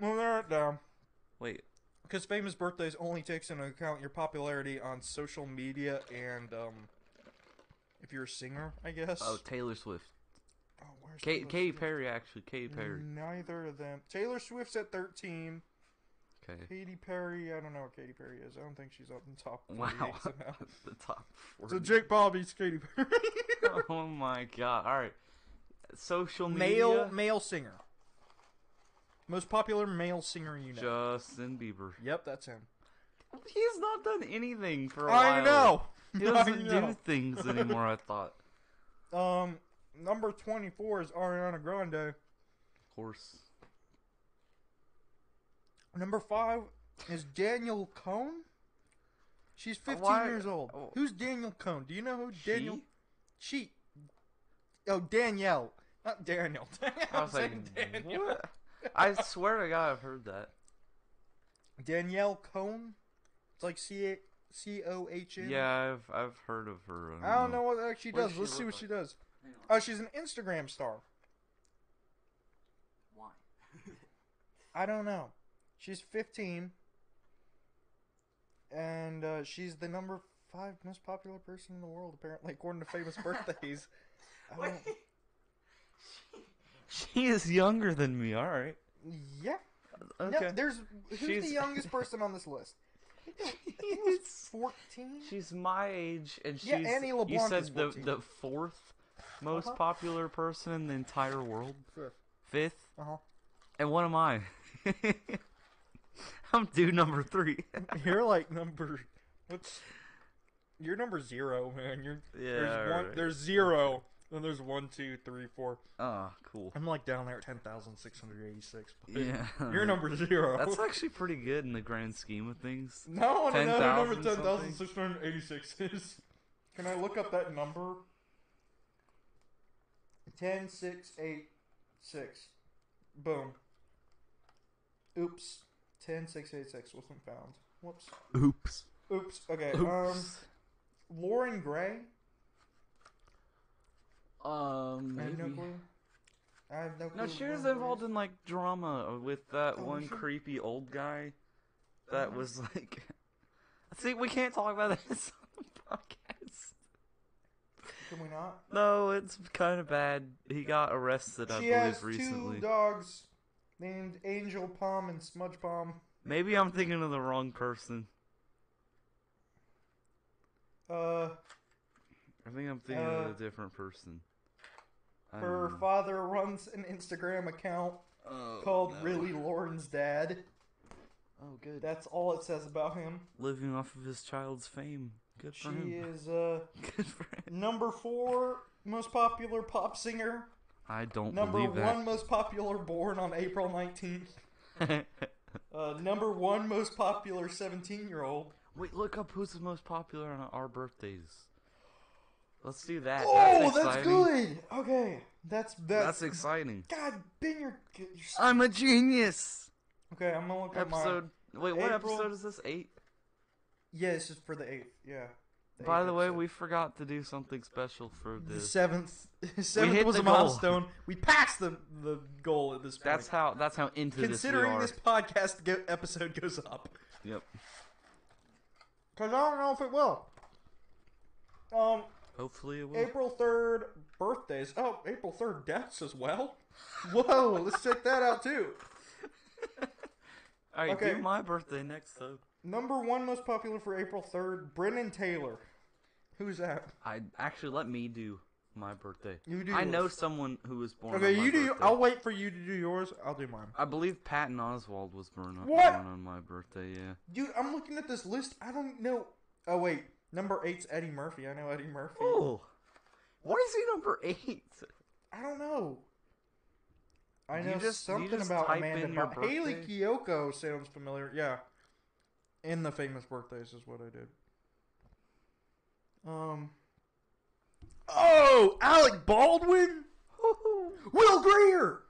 [SPEAKER 1] Well, narrow it down.
[SPEAKER 2] Wait,
[SPEAKER 1] Because famous birthdays only takes into account your popularity on social media and um, if you're a singer, I guess.
[SPEAKER 2] oh Taylor Swift.
[SPEAKER 1] Oh, where's
[SPEAKER 2] Kate,
[SPEAKER 1] Taylor
[SPEAKER 2] Katy
[SPEAKER 1] Swift?
[SPEAKER 2] Perry actually. Katy Mm. Perry.
[SPEAKER 1] Neither of them. Taylor Swift's at 13.
[SPEAKER 2] Okay.
[SPEAKER 1] Katy Perry, I don't know what Katy Perry is. I don't think she's up in top 48
[SPEAKER 2] Wow.
[SPEAKER 1] somehow.
[SPEAKER 2] the top
[SPEAKER 1] So
[SPEAKER 2] forty.
[SPEAKER 1] Jake Paul beats Katy Perry.
[SPEAKER 2] oh my god. All right. social
[SPEAKER 1] male
[SPEAKER 2] media.
[SPEAKER 1] male singer. Most popular male singer you know.
[SPEAKER 2] Justin Bieber.
[SPEAKER 1] Yep, that's him.
[SPEAKER 2] He's not done anything for a while.
[SPEAKER 1] I know.
[SPEAKER 2] He
[SPEAKER 1] I
[SPEAKER 2] doesn't do
[SPEAKER 1] know.
[SPEAKER 2] things anymore. I thought.
[SPEAKER 1] Um, number twenty-four is Ariana Grande.
[SPEAKER 2] Of course.
[SPEAKER 1] Number five is Daniel Cohn. She's fifteen
[SPEAKER 2] Why-
[SPEAKER 1] years old.
[SPEAKER 2] oh.
[SPEAKER 1] Who's Daniel Cohn? Do you know who
[SPEAKER 2] She?
[SPEAKER 1] Daniel? She. Oh, Danielle, not Daniel.
[SPEAKER 2] I
[SPEAKER 1] I'm
[SPEAKER 2] was
[SPEAKER 1] saying
[SPEAKER 2] like,
[SPEAKER 1] Daniel.
[SPEAKER 2] what? I swear to God, I've heard that.
[SPEAKER 1] Danielle Cohn. It's like C C O H N.
[SPEAKER 2] Yeah, I've I've heard of her.
[SPEAKER 1] I don't know what the heck she does.
[SPEAKER 2] What does she
[SPEAKER 1] Let's see
[SPEAKER 2] look
[SPEAKER 1] what
[SPEAKER 2] like?
[SPEAKER 1] she does.
[SPEAKER 3] Hang on.
[SPEAKER 1] Oh, she's an Instagram star.
[SPEAKER 3] Why?
[SPEAKER 1] I don't know. She's 15, and uh, she's the number five most popular person in the world, apparently, according to Famous Birthdays. I
[SPEAKER 3] Wait.
[SPEAKER 1] don't-
[SPEAKER 2] She is younger than me. All right.
[SPEAKER 1] yeah. No,
[SPEAKER 2] Okay.
[SPEAKER 1] there's who's
[SPEAKER 2] She's-
[SPEAKER 1] the youngest person on this list?
[SPEAKER 2] She's-
[SPEAKER 1] 14.
[SPEAKER 2] She's my age, and she's
[SPEAKER 1] Yeah, Annie
[SPEAKER 2] you
[SPEAKER 1] LeBlanc
[SPEAKER 2] said
[SPEAKER 1] is
[SPEAKER 2] the
[SPEAKER 1] 14.
[SPEAKER 2] the fourth most
[SPEAKER 1] Uh-huh.
[SPEAKER 2] popular person in the entire world,
[SPEAKER 1] Fifth.
[SPEAKER 2] fifth,
[SPEAKER 1] Uh huh.
[SPEAKER 2] and what am I? I'm dude number three.
[SPEAKER 1] You're like number. What's? You're number zero, man. You're
[SPEAKER 2] Yeah,
[SPEAKER 1] There's one.
[SPEAKER 2] right.
[SPEAKER 1] There's zero. Then there's one, two, three, four.
[SPEAKER 2] Oh, cool.
[SPEAKER 1] I'm like down there at ten thousand six hundred eighty-six.
[SPEAKER 2] Yeah,
[SPEAKER 1] You're number zero.
[SPEAKER 2] That's actually pretty good in the grand scheme of things.
[SPEAKER 1] No, I don't know who
[SPEAKER 2] 10,000
[SPEAKER 1] number ten thousand six hundred eighty-six is. Can I look up that number? Ten six eight six. Boom. Oops. Ten six eight six wasn't found. Whoops.
[SPEAKER 2] Oops.
[SPEAKER 1] Oops. Okay. Um,
[SPEAKER 2] Oops.
[SPEAKER 1] Lauren Gray.
[SPEAKER 2] Um.
[SPEAKER 1] I have no
[SPEAKER 2] maybe.
[SPEAKER 1] clue. I have no clue.
[SPEAKER 2] No,
[SPEAKER 1] who
[SPEAKER 2] she was
[SPEAKER 1] Lauren Gray
[SPEAKER 2] involved
[SPEAKER 1] is.
[SPEAKER 2] in like drama with that
[SPEAKER 1] Oh,
[SPEAKER 2] one
[SPEAKER 1] was she?
[SPEAKER 2] creepy old guy that was like. See, we can't talk about this on the podcast.
[SPEAKER 1] Can we not?
[SPEAKER 2] No, it's kind of bad. He got arrested, I
[SPEAKER 1] she
[SPEAKER 2] believe,
[SPEAKER 1] has
[SPEAKER 2] recently.
[SPEAKER 1] two dogs named Angel Palm and Smudge Palm.
[SPEAKER 2] Maybe I'm thinking of the wrong person.
[SPEAKER 1] Uh,
[SPEAKER 2] I think I'm thinking
[SPEAKER 1] Uh,
[SPEAKER 2] of a different person. I don't
[SPEAKER 1] her
[SPEAKER 2] know.
[SPEAKER 1] father runs an Instagram account
[SPEAKER 2] Oh,
[SPEAKER 1] called
[SPEAKER 2] no.
[SPEAKER 1] Really Lauren's Dad.
[SPEAKER 2] Oh, good.
[SPEAKER 1] That's all it says about him.
[SPEAKER 2] Living off of his child's fame. Good
[SPEAKER 1] She
[SPEAKER 2] for him.
[SPEAKER 1] is uh,
[SPEAKER 2] Good for him.
[SPEAKER 1] number four most popular pop singer.
[SPEAKER 2] I don't
[SPEAKER 1] Number
[SPEAKER 2] believe
[SPEAKER 1] one most popular born on April 19th.
[SPEAKER 2] that.
[SPEAKER 1] Uh, number one most popular 17 year old.
[SPEAKER 2] Wait, look up who's the most popular on our birthdays. Let's do that.
[SPEAKER 1] Oh,
[SPEAKER 2] that's,
[SPEAKER 1] that's
[SPEAKER 2] exciting.
[SPEAKER 1] good. Okay, that's
[SPEAKER 2] That's
[SPEAKER 1] that's.
[SPEAKER 2] exciting.
[SPEAKER 1] God, Ben, you're, you're so
[SPEAKER 2] I'm a genius.
[SPEAKER 1] Okay, I'm gonna look at my.
[SPEAKER 2] Episode. Wait, what
[SPEAKER 1] April-
[SPEAKER 2] episode is this? Eight.
[SPEAKER 1] Yeah, this is for the eighth. Yeah.
[SPEAKER 2] By
[SPEAKER 1] eighth
[SPEAKER 2] the way,
[SPEAKER 1] episode.
[SPEAKER 2] we forgot to do something special for
[SPEAKER 1] the
[SPEAKER 2] this.
[SPEAKER 1] seventh. seventh
[SPEAKER 2] hit
[SPEAKER 1] was
[SPEAKER 2] the
[SPEAKER 1] a
[SPEAKER 2] goal.
[SPEAKER 1] milestone. We passed the the goal at this point.
[SPEAKER 2] That's how. That's how into
[SPEAKER 1] Considering
[SPEAKER 2] this E
[SPEAKER 1] this podcast go- episode goes up,
[SPEAKER 2] we are. Yep.
[SPEAKER 1] because I don't know if it will. Um,
[SPEAKER 2] Hopefully it will.
[SPEAKER 1] April third birthdays. Oh, April third deaths as well. Whoa, let's check that out too.
[SPEAKER 2] All right,
[SPEAKER 1] okay.
[SPEAKER 2] do my birthday next though.
[SPEAKER 1] Number one most popular for April third, Brennan Taylor. Who's that?
[SPEAKER 2] I actually let me do my birthday.
[SPEAKER 1] You do
[SPEAKER 2] I
[SPEAKER 1] yours.
[SPEAKER 2] know someone who was born.
[SPEAKER 1] Okay,
[SPEAKER 2] on my
[SPEAKER 1] you do.
[SPEAKER 2] birthday.
[SPEAKER 1] I'll wait for you to do yours. I'll do mine.
[SPEAKER 2] I believe Patton Oswald was born on,
[SPEAKER 1] What?
[SPEAKER 2] born on my birthday. Yeah.
[SPEAKER 1] Dude, I'm looking at this list. I don't know. Oh wait, number eight's Eddie Murphy. I know Eddie Murphy.
[SPEAKER 2] Oh, why is he number eight?
[SPEAKER 1] I don't know. I
[SPEAKER 2] You
[SPEAKER 1] know
[SPEAKER 2] just- you
[SPEAKER 1] something
[SPEAKER 2] just
[SPEAKER 1] about
[SPEAKER 2] type
[SPEAKER 1] Amanda.
[SPEAKER 2] in your
[SPEAKER 1] Bynes. Haley
[SPEAKER 2] birthday?
[SPEAKER 1] Kiyoko sounds familiar. Yeah, in the famous birthdays is what I did. Um. Oh, Alec Baldwin, Will Greer,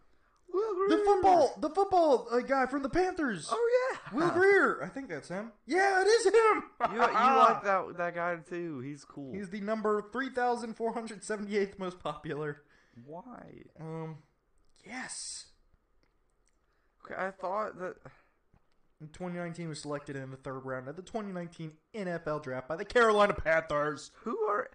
[SPEAKER 1] the football, the football uh, guy from the Panthers.
[SPEAKER 2] Oh yeah.
[SPEAKER 1] Will Greer, I think that's him. Yeah, it is him.
[SPEAKER 2] You, you like that that guy too? Ah. He's cool.
[SPEAKER 1] He's the number 3,478th most popular.
[SPEAKER 2] Why?
[SPEAKER 1] Um, yes.
[SPEAKER 2] Okay, I thought that.
[SPEAKER 1] In 2019 was selected in the third round of the 2019 NFL draft by the Carolina Panthers.
[SPEAKER 2] Who are?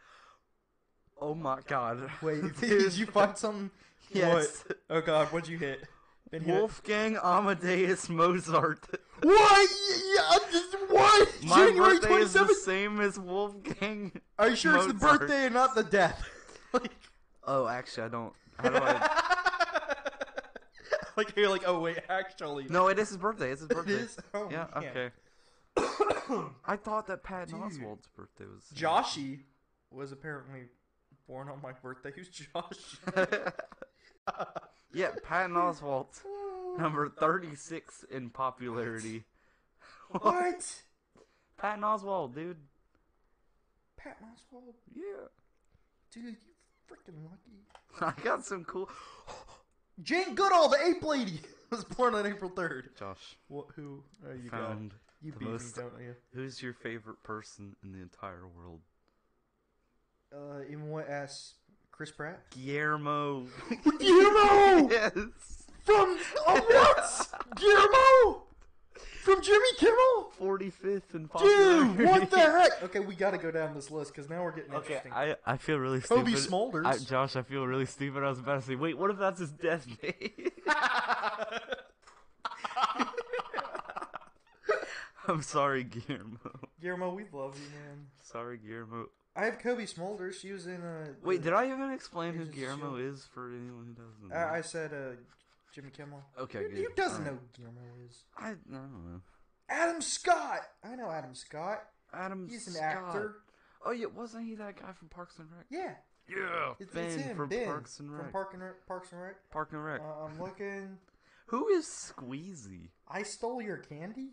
[SPEAKER 2] Oh my god!
[SPEAKER 1] Wait,
[SPEAKER 2] Dude.
[SPEAKER 1] did you find something?
[SPEAKER 2] Yes.
[SPEAKER 1] What? Oh god, what'd you hit? Been hit?
[SPEAKER 2] Wolfgang Amadeus Mozart.
[SPEAKER 1] What? Yeah, I'm just- what?
[SPEAKER 2] My
[SPEAKER 1] January
[SPEAKER 2] birthday is the
[SPEAKER 1] 27th?
[SPEAKER 2] same as Wolfgang.
[SPEAKER 1] Are you sure it's the
[SPEAKER 2] Mozart.
[SPEAKER 1] birthday and not the death? like,
[SPEAKER 2] Oh, actually, I don't. How do I?
[SPEAKER 1] like you're like, oh wait, actually,
[SPEAKER 2] No, it is his birthday. It's his
[SPEAKER 1] it
[SPEAKER 2] birthday.
[SPEAKER 1] is. Oh,
[SPEAKER 2] Yeah.
[SPEAKER 1] man.
[SPEAKER 2] Okay. I thought that Patton
[SPEAKER 1] Dude.
[SPEAKER 2] Oswald's birthday was
[SPEAKER 1] Joshy was apparently born on my birthday. Who's Josh?
[SPEAKER 2] yeah, Patton Oswald, number thirty-six in popularity.
[SPEAKER 1] what?
[SPEAKER 2] Patton Oswald, dude.
[SPEAKER 1] Pat Oswald,
[SPEAKER 2] Yeah,
[SPEAKER 1] dude, you freaking lucky.
[SPEAKER 2] I got some cool.
[SPEAKER 1] Jane Goodall, the ape lady, was born on April third.
[SPEAKER 2] Josh
[SPEAKER 1] What? Who? Oh, you
[SPEAKER 2] found
[SPEAKER 1] got. You
[SPEAKER 2] the
[SPEAKER 1] beat
[SPEAKER 2] most-
[SPEAKER 1] me, don't you?
[SPEAKER 2] who's your favorite person in the entire world?
[SPEAKER 1] Uh, in what ass? Chris Pratt.
[SPEAKER 2] Guillermo.
[SPEAKER 1] Guillermo
[SPEAKER 2] yes.
[SPEAKER 1] from oh, what? Guillermo from Jimmy Kimmel.
[SPEAKER 2] Forty-fifth in popularity.
[SPEAKER 1] Dude, what the heck? Okay, we got to go down this list because now we're getting
[SPEAKER 2] Okay,
[SPEAKER 1] interesting.
[SPEAKER 2] I, I feel really
[SPEAKER 1] Kobe
[SPEAKER 2] stupid.
[SPEAKER 1] Smulders.
[SPEAKER 2] I, Josh, I feel really stupid. I was about to say, wait, what if that's his death name? I'm sorry, Guillermo.
[SPEAKER 1] Guillermo, we love you, man.
[SPEAKER 2] Sorry, Guillermo.
[SPEAKER 1] I have Kobe Smulders. She was in uh
[SPEAKER 2] Wait, did I even explain who
[SPEAKER 1] Here's his
[SPEAKER 2] Guillermo
[SPEAKER 1] shield.
[SPEAKER 2] is for anyone who doesn't? know?
[SPEAKER 1] I, I said uh, Jimmy Kimmel.
[SPEAKER 2] okay,
[SPEAKER 1] Who,
[SPEAKER 2] good.
[SPEAKER 1] who doesn't
[SPEAKER 2] Alright.
[SPEAKER 1] know who Guillermo is?
[SPEAKER 2] I, I don't know.
[SPEAKER 1] Adam Scott. I know Adam Scott.
[SPEAKER 2] Adam
[SPEAKER 1] He's an
[SPEAKER 2] Scott.
[SPEAKER 1] actor.
[SPEAKER 2] Oh yeah, wasn't he that guy from Parks and Rec?
[SPEAKER 1] Yeah,
[SPEAKER 2] Yeah,
[SPEAKER 1] it's,
[SPEAKER 2] Ben
[SPEAKER 1] it's him.
[SPEAKER 2] from
[SPEAKER 1] Ben
[SPEAKER 2] Parks and Rec.
[SPEAKER 1] From Park and Rec, Parks and Rec.
[SPEAKER 2] Park and Rec.
[SPEAKER 1] Uh, I'm looking.
[SPEAKER 2] who is Squeezy?
[SPEAKER 1] I stole your candy.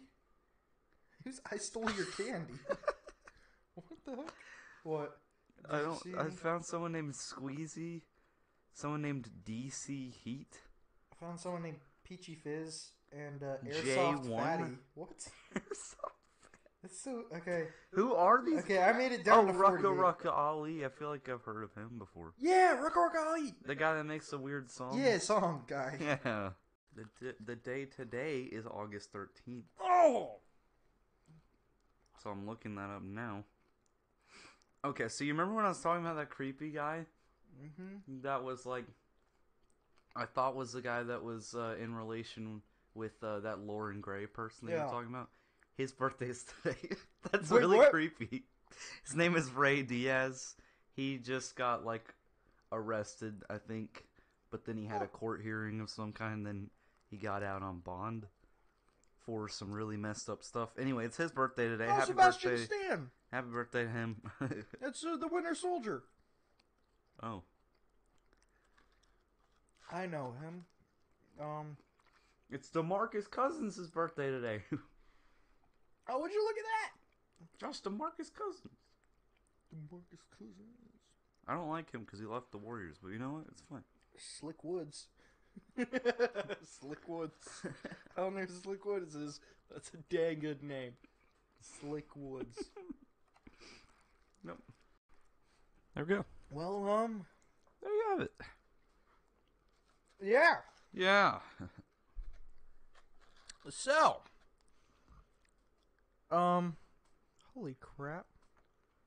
[SPEAKER 1] Who's I stole your candy? what the heck? What? Did
[SPEAKER 2] I
[SPEAKER 1] you
[SPEAKER 2] don't.
[SPEAKER 1] see
[SPEAKER 2] I
[SPEAKER 1] any?
[SPEAKER 2] found someone named Squeezy. Someone named DC Heat.
[SPEAKER 1] I found someone named Peachy Fizz and uh, Airsoft
[SPEAKER 2] J1?
[SPEAKER 1] Fatty. What? That's so okay.
[SPEAKER 2] Who are these?
[SPEAKER 1] Okay, I made it
[SPEAKER 2] oh,
[SPEAKER 1] down to 48.
[SPEAKER 2] Rucka Rucka Ali. I feel like I've heard of him before.
[SPEAKER 1] Yeah, Rucka Rucka Ali.
[SPEAKER 2] The guy that makes the weird song.
[SPEAKER 1] Yeah, song guy.
[SPEAKER 2] Oh. Yeah. The d- the day today is August thirteenth,
[SPEAKER 1] Oh,
[SPEAKER 2] so I'm looking that up now. Okay, so you remember when I was talking about that creepy guy
[SPEAKER 1] mm-hmm.
[SPEAKER 2] that was like, I thought was the guy that was uh, in relation with uh, that Lauren Gray person that you
[SPEAKER 1] Yeah.
[SPEAKER 2] were talking about. His birthday is today. That's
[SPEAKER 1] Wait,
[SPEAKER 2] really
[SPEAKER 1] what?
[SPEAKER 2] creepy. His name is Ray Diaz. He just got like arrested, I think, but then he had a court hearing of some kind. Then he got out on bond for some really messed up stuff. Anyway, it's his birthday today.
[SPEAKER 1] Oh,
[SPEAKER 2] happy
[SPEAKER 1] Sebastian
[SPEAKER 2] birthday!
[SPEAKER 1] Stan.
[SPEAKER 2] Happy birthday to him.
[SPEAKER 1] That's uh, the Winter Soldier.
[SPEAKER 2] oh,
[SPEAKER 1] I know him. Um.
[SPEAKER 2] it's Demarcus Cousins' birthday today.
[SPEAKER 1] Oh, would you look at that?
[SPEAKER 2] Josh Demarcus Cousins.
[SPEAKER 1] Marcus Cousins.
[SPEAKER 2] I don't like him because he left the Warriors, but you know what? It's fine.
[SPEAKER 1] Slick Woods. Slick Woods. I don't know who Slick Woods is. That's a dang good name. Slick Woods.
[SPEAKER 2] There we go.
[SPEAKER 1] well, um,
[SPEAKER 2] There you have it.
[SPEAKER 1] yeah.
[SPEAKER 2] Yeah.
[SPEAKER 1] So, um, holy crap.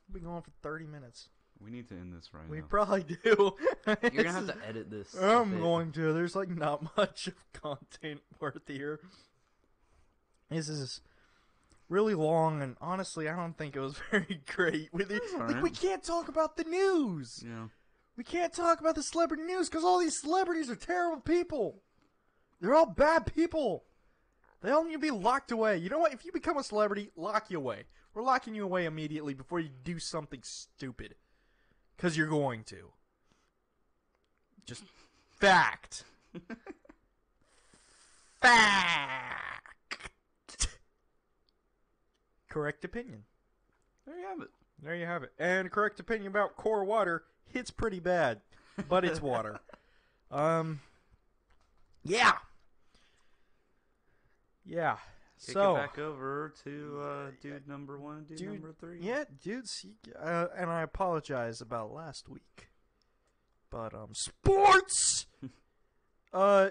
[SPEAKER 1] We've been going for 30 minutes.
[SPEAKER 2] We need to end this right
[SPEAKER 1] We
[SPEAKER 2] now.
[SPEAKER 1] probably do.
[SPEAKER 2] You're gonna have to edit this. a
[SPEAKER 1] I'm
[SPEAKER 2] bit.
[SPEAKER 1] going to. There's like not much of content worth here. This is really long, and honestly, I don't think it was very great. With it.
[SPEAKER 2] That's all
[SPEAKER 1] Like, we
[SPEAKER 2] right.
[SPEAKER 1] can't talk about the news.
[SPEAKER 2] Yeah.
[SPEAKER 1] We can't talk about the celebrity news because all these celebrities are terrible people. They're all bad people. They all need to be locked away. You know what? If you become a celebrity, lock you away. We're locking you away immediately before you do something stupid. Because you're going to. Just fact. fact. Correct opinion.
[SPEAKER 2] There you have it.
[SPEAKER 1] There you have it. And correct opinion about core water hits pretty bad, but it's water. um, yeah, yeah.
[SPEAKER 2] Kick
[SPEAKER 1] so
[SPEAKER 2] it back over to uh, dude number one, dude,
[SPEAKER 1] Dude-
[SPEAKER 2] number three.
[SPEAKER 1] yeah, dudes, you- uh, and I apologize about last week, but um, sports. uh,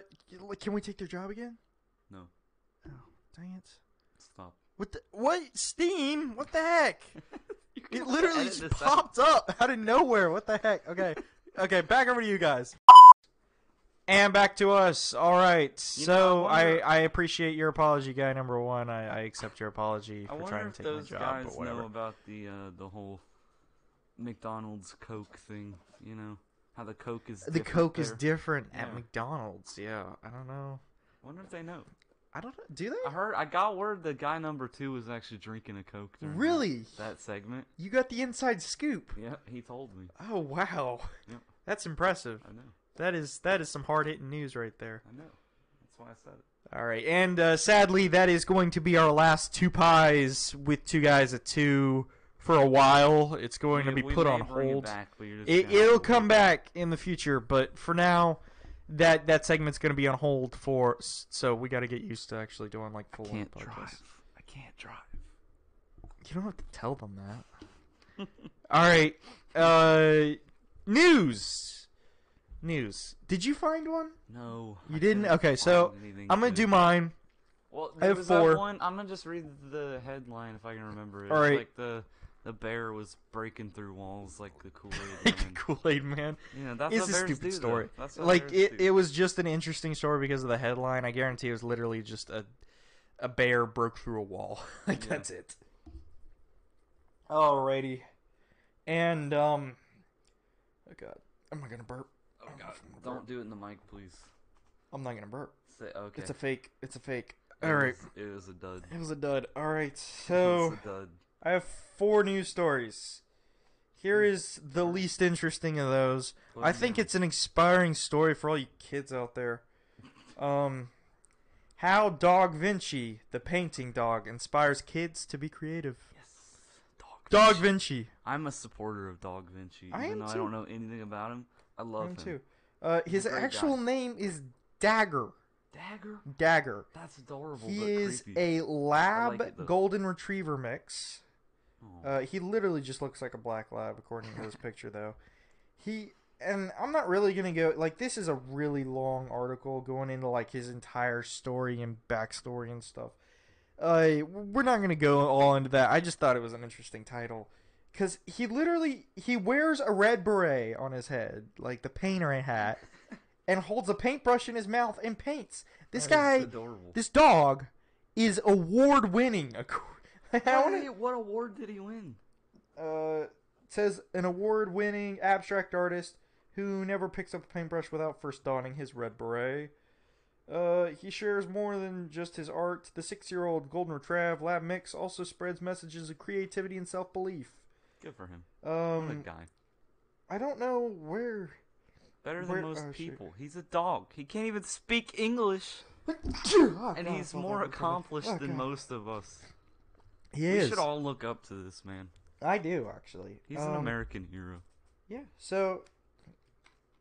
[SPEAKER 1] can we take their job again?
[SPEAKER 2] No.
[SPEAKER 1] Oh, dang it!
[SPEAKER 2] Stop.
[SPEAKER 1] What? The, what? Steam? What the heck?
[SPEAKER 2] You're gonna
[SPEAKER 1] It
[SPEAKER 2] have to
[SPEAKER 1] literally
[SPEAKER 2] edit
[SPEAKER 1] just
[SPEAKER 2] this out.
[SPEAKER 1] popped up out of nowhere. What the heck? Okay. Okay, back over to you guys. And back to us. All right.
[SPEAKER 2] You
[SPEAKER 1] so
[SPEAKER 2] know, I
[SPEAKER 1] I,
[SPEAKER 2] wonder-
[SPEAKER 1] I appreciate your apology, guy number one. I, I accept your apology
[SPEAKER 2] I
[SPEAKER 1] for
[SPEAKER 2] wonder
[SPEAKER 1] trying
[SPEAKER 2] if
[SPEAKER 1] to take my
[SPEAKER 2] those
[SPEAKER 1] job,
[SPEAKER 2] guys
[SPEAKER 1] but whatever.
[SPEAKER 2] know about the uh, the whole McDonald's Coke thing. You know, How the Coke is
[SPEAKER 1] the Coke
[SPEAKER 2] is
[SPEAKER 1] is different at
[SPEAKER 2] Yeah.
[SPEAKER 1] McDonald's. Yeah, I don't know.
[SPEAKER 2] wonder if they know.
[SPEAKER 1] I don't know. Do they?
[SPEAKER 2] I heard. I got word the guy number two was actually drinking a Coke. During that-
[SPEAKER 1] Really?
[SPEAKER 2] That, segment.
[SPEAKER 1] You got the inside scoop.
[SPEAKER 2] Yeah, he told me.
[SPEAKER 1] Oh wow,
[SPEAKER 2] Yep.
[SPEAKER 1] that's impressive.
[SPEAKER 2] I know.
[SPEAKER 1] That is that is some hard hitting news right there.
[SPEAKER 2] I know. That's why I said it.
[SPEAKER 1] All right, and uh, sadly, that is going to be our last two pies with two guys at two for a while. It's going
[SPEAKER 2] We-
[SPEAKER 1] to be
[SPEAKER 2] we
[SPEAKER 1] put
[SPEAKER 2] may
[SPEAKER 1] on
[SPEAKER 2] bring it
[SPEAKER 1] hold.
[SPEAKER 2] back, but you're just
[SPEAKER 1] It,
[SPEAKER 2] gonna have
[SPEAKER 1] it'll
[SPEAKER 2] to
[SPEAKER 1] come
[SPEAKER 2] wait.
[SPEAKER 1] back in the future, but for now, that that segment's going to be on hold for. s- So we got to get used to actually doing like full.
[SPEAKER 2] Can't
[SPEAKER 1] podcasts.
[SPEAKER 2] drive. I can't drive.
[SPEAKER 1] You don't have to tell them that. All right, uh, news, news. Did you find one?
[SPEAKER 2] No.
[SPEAKER 1] You
[SPEAKER 2] I
[SPEAKER 1] didn't?
[SPEAKER 2] couldn't
[SPEAKER 1] Okay, so,
[SPEAKER 2] find anything
[SPEAKER 1] I'm gonna
[SPEAKER 2] good.
[SPEAKER 1] do mine.
[SPEAKER 2] Well,
[SPEAKER 1] I
[SPEAKER 2] there
[SPEAKER 1] have
[SPEAKER 2] was
[SPEAKER 1] four.
[SPEAKER 2] that one. I'm gonna just read the headline if I can remember it.
[SPEAKER 1] All
[SPEAKER 2] It's
[SPEAKER 1] right.
[SPEAKER 2] Like the the bear was breaking through walls like the Kool Aid.
[SPEAKER 1] Like Kool Aid Man.
[SPEAKER 2] yeah, that's
[SPEAKER 1] it's
[SPEAKER 2] what
[SPEAKER 1] a
[SPEAKER 2] bears
[SPEAKER 1] stupid
[SPEAKER 2] do, though.
[SPEAKER 1] story.
[SPEAKER 2] That's what
[SPEAKER 1] Like
[SPEAKER 2] bears
[SPEAKER 1] it,
[SPEAKER 2] do.
[SPEAKER 1] it was just an interesting story because of the headline. I guarantee it was literally just a a bear broke through a wall. like
[SPEAKER 2] Yeah.
[SPEAKER 1] that's it. Alrighty. And um Oh god. I'm not gonna burp.
[SPEAKER 2] Oh God! Don't do it in the mic, please.
[SPEAKER 1] I'm not gonna burp.
[SPEAKER 2] Say okay.
[SPEAKER 1] It's a fake. It's a fake.
[SPEAKER 2] It
[SPEAKER 1] Alright.
[SPEAKER 2] was- It was a dud.
[SPEAKER 1] It was a dud. Alright,
[SPEAKER 2] It
[SPEAKER 1] so
[SPEAKER 2] was a dud.
[SPEAKER 1] I have four news stories. Here is the least interesting of those.
[SPEAKER 2] Put
[SPEAKER 1] I
[SPEAKER 2] it
[SPEAKER 1] think
[SPEAKER 2] down.
[SPEAKER 1] it's an inspiring story for all you kids out there. Um, how Dog Vinci, the painting dog, inspires kids to be creative.
[SPEAKER 2] yes. Dog.
[SPEAKER 1] Dog
[SPEAKER 2] Vinci.
[SPEAKER 1] Vinci,
[SPEAKER 2] I'm a supporter of Dog Vinci,
[SPEAKER 1] I
[SPEAKER 2] even
[SPEAKER 1] am
[SPEAKER 2] though I
[SPEAKER 1] too.
[SPEAKER 2] don't know anything about him. I love
[SPEAKER 1] him
[SPEAKER 2] him.
[SPEAKER 1] too. Uh, his
[SPEAKER 2] a great
[SPEAKER 1] actual
[SPEAKER 2] guy.
[SPEAKER 1] name is Dagger.
[SPEAKER 2] Dagger.
[SPEAKER 1] Dagger.
[SPEAKER 2] That's adorable.
[SPEAKER 1] He
[SPEAKER 2] but
[SPEAKER 1] is
[SPEAKER 2] creepy.
[SPEAKER 1] a lab
[SPEAKER 2] like it, though.
[SPEAKER 1] golden retriever mix.
[SPEAKER 2] Oh.
[SPEAKER 1] Uh, he literally just looks like a black lab, according to this picture, though. He and I'm not really gonna go like this is a really long article going into like his entire story and backstory and stuff. Uh, we're not gonna go all into that. I just thought it was an interesting title because he literally he wears a red beret on his head, like the painter hat, and holds a paintbrush in his mouth and paints. This
[SPEAKER 2] That is
[SPEAKER 1] guy,
[SPEAKER 2] Adorable.
[SPEAKER 1] this dog, is award winning. I
[SPEAKER 2] What
[SPEAKER 1] wanna-
[SPEAKER 2] did he- what award did he win?
[SPEAKER 1] uh, it says an award-winning abstract artist who never picks up a paintbrush without first donning his red beret. Uh, he shares more than just his art. The six-year-old golden retriever lab mix also spreads messages of creativity and self-belief.
[SPEAKER 2] Good for him. What a
[SPEAKER 1] Um,
[SPEAKER 2] guy.
[SPEAKER 1] I don't know where.
[SPEAKER 2] Better than
[SPEAKER 1] where-
[SPEAKER 2] most
[SPEAKER 1] oh, shoot.
[SPEAKER 2] people. He's a dog. He can't even speak English,
[SPEAKER 1] Oh, God,
[SPEAKER 2] and he's
[SPEAKER 1] oh,
[SPEAKER 2] more
[SPEAKER 1] God, oh, God.
[SPEAKER 2] accomplished
[SPEAKER 1] Oh,
[SPEAKER 2] than
[SPEAKER 1] God.
[SPEAKER 2] most of us.
[SPEAKER 1] He
[SPEAKER 2] we
[SPEAKER 1] is.
[SPEAKER 2] should all look up to this man.
[SPEAKER 1] I do actually.
[SPEAKER 2] He's an
[SPEAKER 1] Um,
[SPEAKER 2] American hero.
[SPEAKER 1] Yeah. So,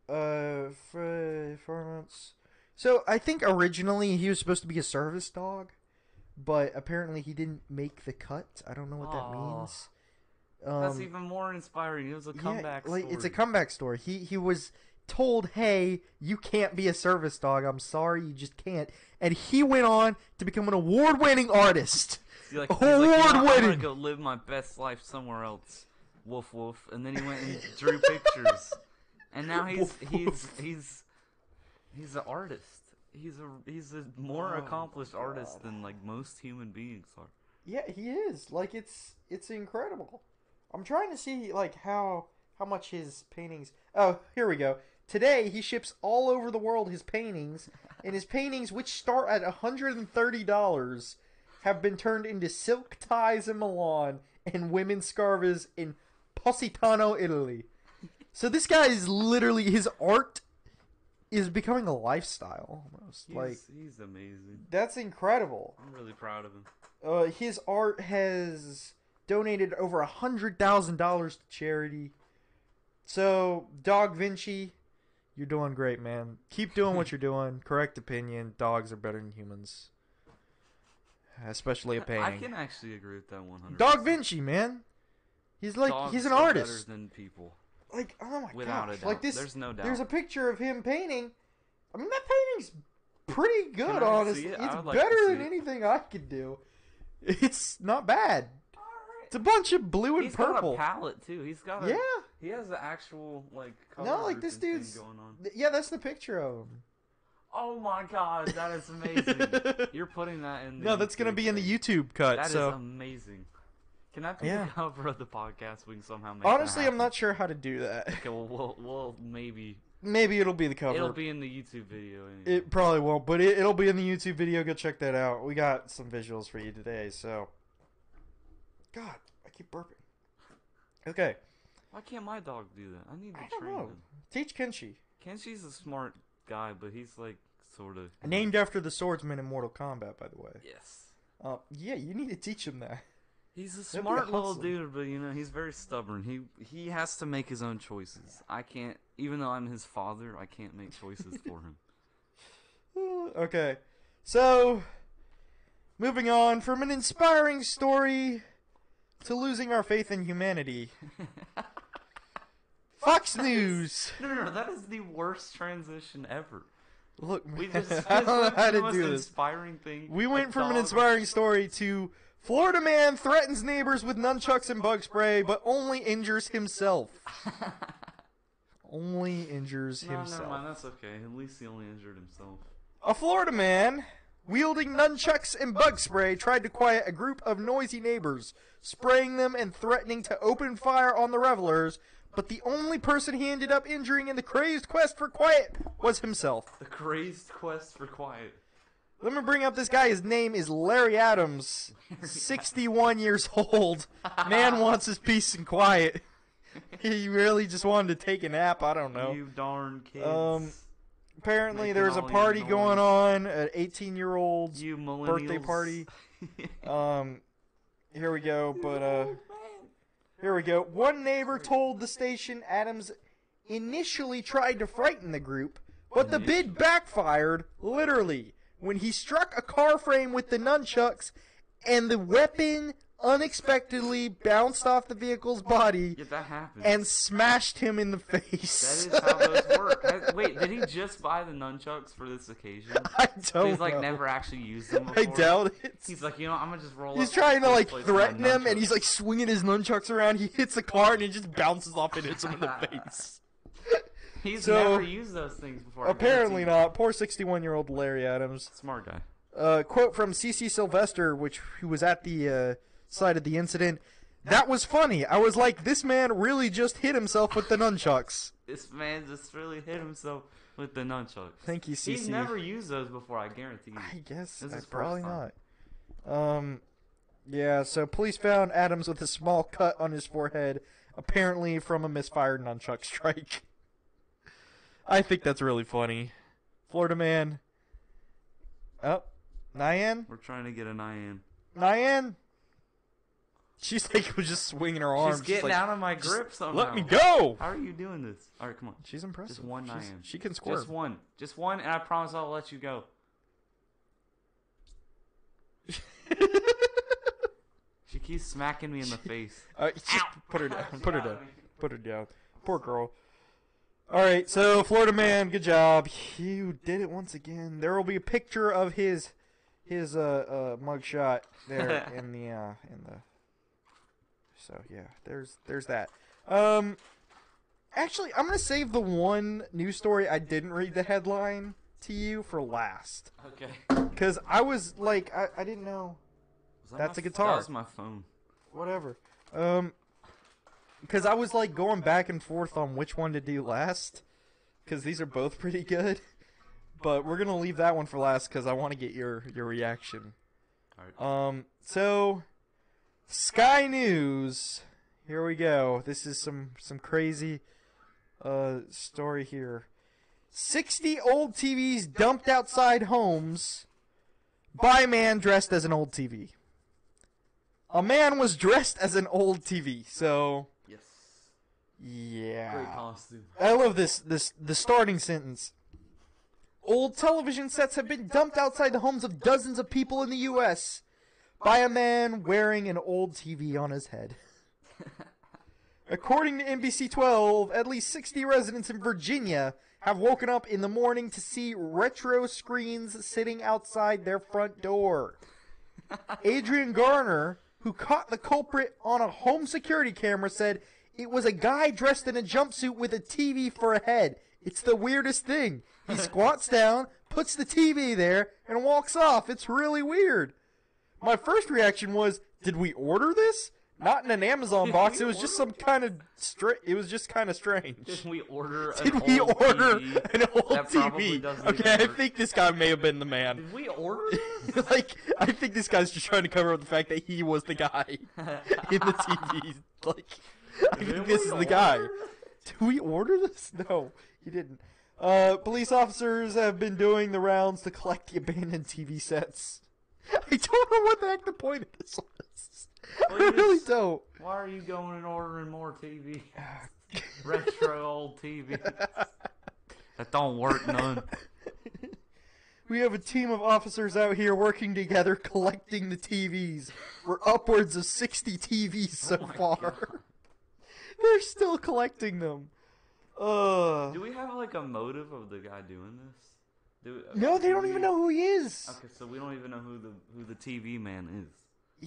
[SPEAKER 1] uh, for four months. So I think originally he was supposed to be a service dog, but apparently he didn't make the cut. I don't know what that
[SPEAKER 2] Aw.
[SPEAKER 1] means. Um,
[SPEAKER 2] That's even more inspiring. It was a
[SPEAKER 1] yeah,
[SPEAKER 2] comeback
[SPEAKER 1] like
[SPEAKER 2] story.
[SPEAKER 1] it's a comeback story. He he was told, "Hey, you can't be a service dog. I'm sorry, you just can't." And he went on to become an award-winning artist.
[SPEAKER 2] He's like, he's like, "You know what? I'm gonna
[SPEAKER 1] Award-winning."
[SPEAKER 2] go live my best life somewhere else. Woof woof. And then he went and drew pictures, and now he's
[SPEAKER 1] Woof,
[SPEAKER 2] he's
[SPEAKER 1] woof.
[SPEAKER 2] he's he's an artist. He's a he's a more
[SPEAKER 1] Oh my
[SPEAKER 2] accomplished artist
[SPEAKER 1] God.
[SPEAKER 2] than like most human beings are.
[SPEAKER 1] Yeah, he is. Like it's it's incredible. I'm trying to see like how how much his paintings. Oh, here we go. Today he ships all over the world his paintings, and his paintings, which start at $130, have been turned into silk ties in Milan and women's scarves in Positano, Italy. So this guy is literally his art is becoming a lifestyle almost.
[SPEAKER 2] He's,
[SPEAKER 1] Like
[SPEAKER 2] he's amazing.
[SPEAKER 1] that's incredible.
[SPEAKER 2] I'm really proud of him.
[SPEAKER 1] Uh, his art has donated over a hundred thousand dollars to charity. So, Dog Vinci, you're doing great, man. Keep doing what you're doing. Correct opinion: dogs are better than humans, especially a
[SPEAKER 2] I
[SPEAKER 1] painting.
[SPEAKER 2] can actually agree with that 100.
[SPEAKER 1] Dog Vinci, man. He's like he's an artist.
[SPEAKER 2] Better than people,
[SPEAKER 1] Like oh my
[SPEAKER 2] without
[SPEAKER 1] gosh,
[SPEAKER 2] a doubt.
[SPEAKER 1] like this.
[SPEAKER 2] There's no doubt.
[SPEAKER 1] There's a picture of him painting. I mean, that painting's pretty
[SPEAKER 2] Can I
[SPEAKER 1] good,
[SPEAKER 2] see
[SPEAKER 1] honestly.
[SPEAKER 2] it? I
[SPEAKER 1] It's
[SPEAKER 2] would like to
[SPEAKER 1] better
[SPEAKER 2] see
[SPEAKER 1] than
[SPEAKER 2] it.
[SPEAKER 1] anything I could do. It's not bad. It's a bunch of blue and
[SPEAKER 2] He's
[SPEAKER 1] purple.
[SPEAKER 2] got a palette too. He's got a
[SPEAKER 1] yeah,
[SPEAKER 2] He has the actual like. Color
[SPEAKER 1] No, like, this
[SPEAKER 2] grouping thing
[SPEAKER 1] dude's-
[SPEAKER 2] going on.
[SPEAKER 1] Th- yeah, that's the picture of him.
[SPEAKER 2] Oh my god, that is amazing! You're putting that in. The
[SPEAKER 1] no, that's gonna
[SPEAKER 2] YouTube
[SPEAKER 1] be in the
[SPEAKER 2] thing.
[SPEAKER 1] YouTube cut.
[SPEAKER 2] That is
[SPEAKER 1] so
[SPEAKER 2] amazing. Can that be
[SPEAKER 1] Yeah.
[SPEAKER 2] the cover of the podcast? We can somehow make. that
[SPEAKER 1] Honestly, I'm
[SPEAKER 2] happen?
[SPEAKER 1] not sure how to do that.
[SPEAKER 2] Okay, well, we'll, we'll maybe
[SPEAKER 1] Maybe it'll be the cover.
[SPEAKER 2] it'll be in the YouTube video. Anyway.
[SPEAKER 1] It probably won't, but it, it'll be in the YouTube video. Go check that out. We got some visuals for you today. So, God, I keep burping. Okay,
[SPEAKER 2] Why can't my dog do that? I need to
[SPEAKER 1] I don't
[SPEAKER 2] train
[SPEAKER 1] know.
[SPEAKER 2] him.
[SPEAKER 1] Teach Kenshi,
[SPEAKER 2] Kenshi's a smart guy, but he's like sort of
[SPEAKER 1] named after the swordsman in Mortal Kombat, by the way.
[SPEAKER 2] Yes,
[SPEAKER 1] Uh, yeah, you need to teach him that.
[SPEAKER 2] he's a
[SPEAKER 1] be a
[SPEAKER 2] smart little
[SPEAKER 1] hustler.
[SPEAKER 2] dude, but you know he's very stubborn. He he has to make his own choices. I can't, even though I'm his father, I can't make choices for him.
[SPEAKER 1] Uh, okay, so moving on from an inspiring story to losing our faith in humanity. Fox News.
[SPEAKER 2] No, no, no, that is the worst transition ever.
[SPEAKER 1] Look,
[SPEAKER 2] We
[SPEAKER 1] man,
[SPEAKER 2] just this
[SPEAKER 1] I don't know
[SPEAKER 2] went
[SPEAKER 1] how
[SPEAKER 2] from the
[SPEAKER 1] to
[SPEAKER 2] most
[SPEAKER 1] do this.
[SPEAKER 2] inspiring thing.
[SPEAKER 1] We
[SPEAKER 2] a
[SPEAKER 1] went from an
[SPEAKER 2] dog-
[SPEAKER 1] inspiring story to Florida man threatens neighbors with nunchucks and bug spray, but only injures himself. Only injures
[SPEAKER 2] No, never mind.
[SPEAKER 1] himself.
[SPEAKER 2] That's okay. At least he only injured himself.
[SPEAKER 1] A Florida man wielding nunchucks and bug spray tried to quiet a group of noisy neighbors, spraying them and threatening to open fire on the revelers. But the only person he ended up injuring in the crazed quest for quiet was himself.
[SPEAKER 2] The crazed quest for quiet.
[SPEAKER 1] Let me bring up this guy. His name is Larry Adams, 61 years old. Man wants his peace and quiet. He really just wanted to take a nap. I don't know.
[SPEAKER 2] You darn kids.
[SPEAKER 1] Um, Apparently,
[SPEAKER 2] making
[SPEAKER 1] there was a
[SPEAKER 2] all your
[SPEAKER 1] party
[SPEAKER 2] noise.
[SPEAKER 1] going on, an 18 year old's
[SPEAKER 2] you millennials.
[SPEAKER 1] birthday party. Um, here we go. But uh, here we go. One neighbor told the station Adams initially tried to frighten the group, but the bid backfired literally when he struck a car frame with the nunchucks, and the weapon unexpectedly bounced off the vehicle's body
[SPEAKER 2] Yeah, that happens.
[SPEAKER 1] and smashed him in the
[SPEAKER 2] that
[SPEAKER 1] face.
[SPEAKER 2] is how those work. That- Wait, did he just buy the nunchucks for this occasion?
[SPEAKER 1] I don't
[SPEAKER 2] He's like
[SPEAKER 1] know.
[SPEAKER 2] never actually used them.
[SPEAKER 1] I
[SPEAKER 2] Before?
[SPEAKER 1] doubt it.
[SPEAKER 2] He's like, you know, I'm gonna just roll.
[SPEAKER 1] He's
[SPEAKER 2] up
[SPEAKER 1] trying to
[SPEAKER 2] this
[SPEAKER 1] like
[SPEAKER 2] place with my
[SPEAKER 1] threaten him, and
[SPEAKER 2] nunchucks."
[SPEAKER 1] he's like swinging his nunchucks around. He hits the car, and it just bounces off and hits him in the face.
[SPEAKER 2] He's
[SPEAKER 1] so-
[SPEAKER 2] never used those things before. I
[SPEAKER 1] Apparently
[SPEAKER 2] guarantee you.
[SPEAKER 1] not. Poor 61 year old Larry Adams.
[SPEAKER 2] Smart guy.
[SPEAKER 1] Uh, quote from CC Sylvester, which who was at the uh, site of the incident. That was funny. I was like, this man really just hit himself with the nunchucks.
[SPEAKER 2] This man just really hit himself with the nunchucks.
[SPEAKER 1] Thank you,
[SPEAKER 2] He's
[SPEAKER 1] CC.
[SPEAKER 2] never used those before. I guarantee you.
[SPEAKER 1] I guess
[SPEAKER 2] This is
[SPEAKER 1] uh,
[SPEAKER 2] his first
[SPEAKER 1] probably
[SPEAKER 2] time.
[SPEAKER 1] not. Um, yeah. So police found Adams with a small cut on his forehead, apparently from a misfired nunchuck strike. I think that's really funny. Florida man. Oh, Nyan,
[SPEAKER 2] We're trying to get an eye in.
[SPEAKER 1] Nyan. She's like was just swinging her arms.
[SPEAKER 2] She's getting
[SPEAKER 1] like,
[SPEAKER 2] out of my grip somehow.
[SPEAKER 1] Let me go.
[SPEAKER 2] How are you doing this? All right, come on.
[SPEAKER 1] She's impressive.
[SPEAKER 2] one
[SPEAKER 1] She's-
[SPEAKER 2] Nyan.
[SPEAKER 1] She can squirt.
[SPEAKER 2] Just one. Just one, and I promise I'll let you go. She keeps smacking me in the face.
[SPEAKER 1] Uh, just put her down. Put her down. Put her down. Poor girl. All right, so Florida man, good job. You did it once again. There will be a picture of his his uh, uh mugshot there in the uh in the. So yeah, there's there's that. Um, actually, I'm gonna save the one news story I didn't read the headline to you for last,
[SPEAKER 2] Okay.
[SPEAKER 1] cause I was like, I, I didn't know. That's a guitar.
[SPEAKER 2] That was my phone.
[SPEAKER 1] whatever. Um, because I was like going back and forth on which one to do last, because these are both pretty good. But we're gonna leave that one for last because I want to get your your reaction.
[SPEAKER 2] All right.
[SPEAKER 1] Um, so Sky News, here we go. This is some some crazy uh story here. 60 old TVs dumped outside homes by man dressed as an old TV. A man was dressed as an old TV. So,
[SPEAKER 2] Yes. Great
[SPEAKER 1] yeah.
[SPEAKER 2] costume.
[SPEAKER 1] I love this this the starting sentence. Old television sets have been dumped outside the homes of dozens of people in the US by a man wearing an old TV on his head. According to NBC 12, at least 60 residents in Virginia have woken up in the morning to see retro screens sitting outside their front door. Adrian Garner, who caught the culprit on a home security camera, said it was a guy dressed in a jumpsuit with a TV for a head. It's the weirdest thing. He squats down, puts the TV there, and walks off. It's really weird. My first reaction was, did we order this? Not in an Amazon box. It was just some kind of straight. It was just kind of strange.
[SPEAKER 2] Did we order? An
[SPEAKER 1] Did we
[SPEAKER 2] old
[SPEAKER 1] order
[SPEAKER 2] TV?
[SPEAKER 1] an old
[SPEAKER 2] That probably
[SPEAKER 1] TV?
[SPEAKER 2] doesn't
[SPEAKER 1] Okay, I
[SPEAKER 2] even work.
[SPEAKER 1] think this guy may have been the man.
[SPEAKER 2] Did we order?
[SPEAKER 1] like, I think this guy's just trying to cover up the fact that he was the guy in the TV. Like, I think this is the guy. Did we order this? No, you didn't. Uh, police officers have been doing the rounds to collect the abandoned TV sets. I don't know what the heck the point of this was. I
[SPEAKER 2] Well, you
[SPEAKER 1] really
[SPEAKER 2] just-
[SPEAKER 1] don't.
[SPEAKER 2] Why are you going and ordering more TV? Retro old TV. That don't work none.
[SPEAKER 1] We have a team of officers out here working together collecting the TVs. We're upwards of 60 TVs so
[SPEAKER 2] Oh my
[SPEAKER 1] far.
[SPEAKER 2] God.
[SPEAKER 1] They're still collecting them. Ugh.
[SPEAKER 2] Do we have like a motive of the guy doing this? Do we,
[SPEAKER 1] No, they
[SPEAKER 2] do
[SPEAKER 1] don't
[SPEAKER 2] we-
[SPEAKER 1] even know who he is.
[SPEAKER 2] Okay, so we don't even know who the who the TV man is.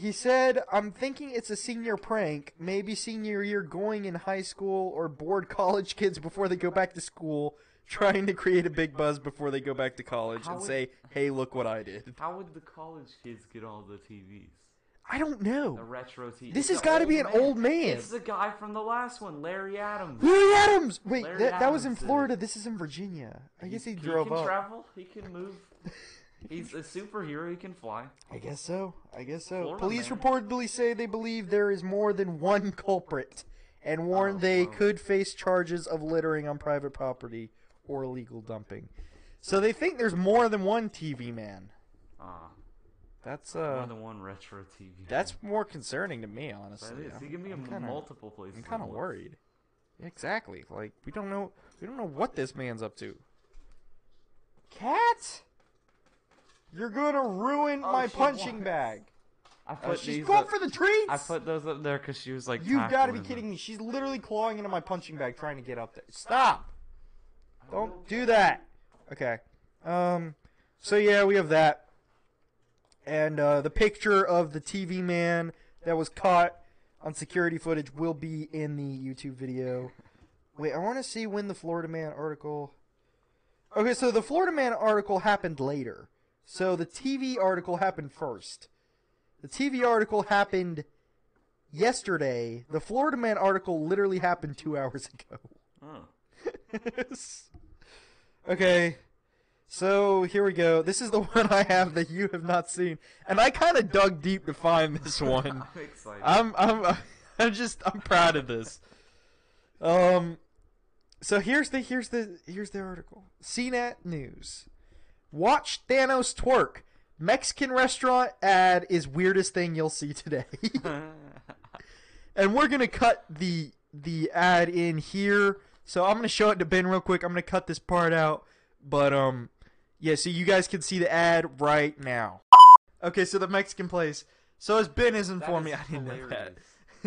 [SPEAKER 1] He said, I'm thinking it's a senior prank. Maybe senior year going in high school or bored college kids before they go back to school, trying to create a big buzz before they go back to college
[SPEAKER 2] How
[SPEAKER 1] and
[SPEAKER 2] would-
[SPEAKER 1] say, hey, look what I did.
[SPEAKER 2] How would the college kids get all the TVs?
[SPEAKER 1] I don't know.
[SPEAKER 2] The retro TV.
[SPEAKER 1] This has
[SPEAKER 2] It's an
[SPEAKER 1] gotta be an old man.
[SPEAKER 2] It's the guy from the last one, Larry Adams.
[SPEAKER 1] Larry Adams! Wait,
[SPEAKER 2] Larry
[SPEAKER 1] that, that was in
[SPEAKER 2] Adams did it.
[SPEAKER 1] Florida. This is in Virginia. I guess he,
[SPEAKER 2] he
[SPEAKER 1] drove
[SPEAKER 2] can
[SPEAKER 1] up.
[SPEAKER 2] travel. He can move. He's a superhero. He can fly.
[SPEAKER 1] I guess so. I guess so.
[SPEAKER 2] Florida
[SPEAKER 1] Police
[SPEAKER 2] man.
[SPEAKER 1] reportedly say they believe there is more than one culprit and warn
[SPEAKER 2] Oh,
[SPEAKER 1] they
[SPEAKER 2] wow.
[SPEAKER 1] could face charges of littering on private property or illegal dumping. So they think there's more than one TV man.
[SPEAKER 2] Ah,
[SPEAKER 1] That's
[SPEAKER 2] more
[SPEAKER 1] uh
[SPEAKER 2] than one retro TV.
[SPEAKER 1] that's more concerning to me,
[SPEAKER 2] That
[SPEAKER 1] honestly.
[SPEAKER 2] is. He can be in
[SPEAKER 1] kinda-
[SPEAKER 2] multiple places.
[SPEAKER 1] I'm
[SPEAKER 2] at
[SPEAKER 1] kind of
[SPEAKER 2] once.
[SPEAKER 1] worried. Exactly. Like we don't know we don't know what this man's up to. Cat? You're going to ruin
[SPEAKER 2] Oh,
[SPEAKER 1] my
[SPEAKER 2] she
[SPEAKER 1] punching
[SPEAKER 2] wants-
[SPEAKER 1] bag.
[SPEAKER 2] I
[SPEAKER 1] Uh,
[SPEAKER 2] put
[SPEAKER 1] she's
[SPEAKER 2] these
[SPEAKER 1] going
[SPEAKER 2] up-
[SPEAKER 1] for the treats.
[SPEAKER 2] I put those up there because she was like.
[SPEAKER 1] You've got to be
[SPEAKER 2] tackling them.
[SPEAKER 1] kidding me. She's literally clawing into my punching bag trying to get up there. Stop.
[SPEAKER 2] I will-
[SPEAKER 1] Don't do that. Okay. Um so yeah, we have that. And uh, the picture of the TV man that was caught on security footage will be in the YouTube video. Wait, I want to see when the Florida Man article Okay, so the Florida Man article happened later. So the TV article happened first. The TV article happened yesterday. The Florida Man article literally happened 2 hours ago.
[SPEAKER 2] Oh.
[SPEAKER 1] okay. So here we go. This is the one I have that you have not seen, and I kind of dug deep to find this one.
[SPEAKER 2] I'm excited.
[SPEAKER 1] I'm I'm I'm just I'm proud of this. Um, so here's the here's the here's the article. CNET News. Watch Thanos twerk. Mexican restaurant ad is weirdest thing you'll see today. and we're gonna cut the the ad in here. So I'm gonna show it to Ben real quick. I'm gonna cut this part out, but um, yeah. So you guys can see the ad right now. Okay, so the Mexican place. So as Ben has
[SPEAKER 2] That
[SPEAKER 1] informed me,
[SPEAKER 2] is
[SPEAKER 1] I didn't know
[SPEAKER 2] hilarious.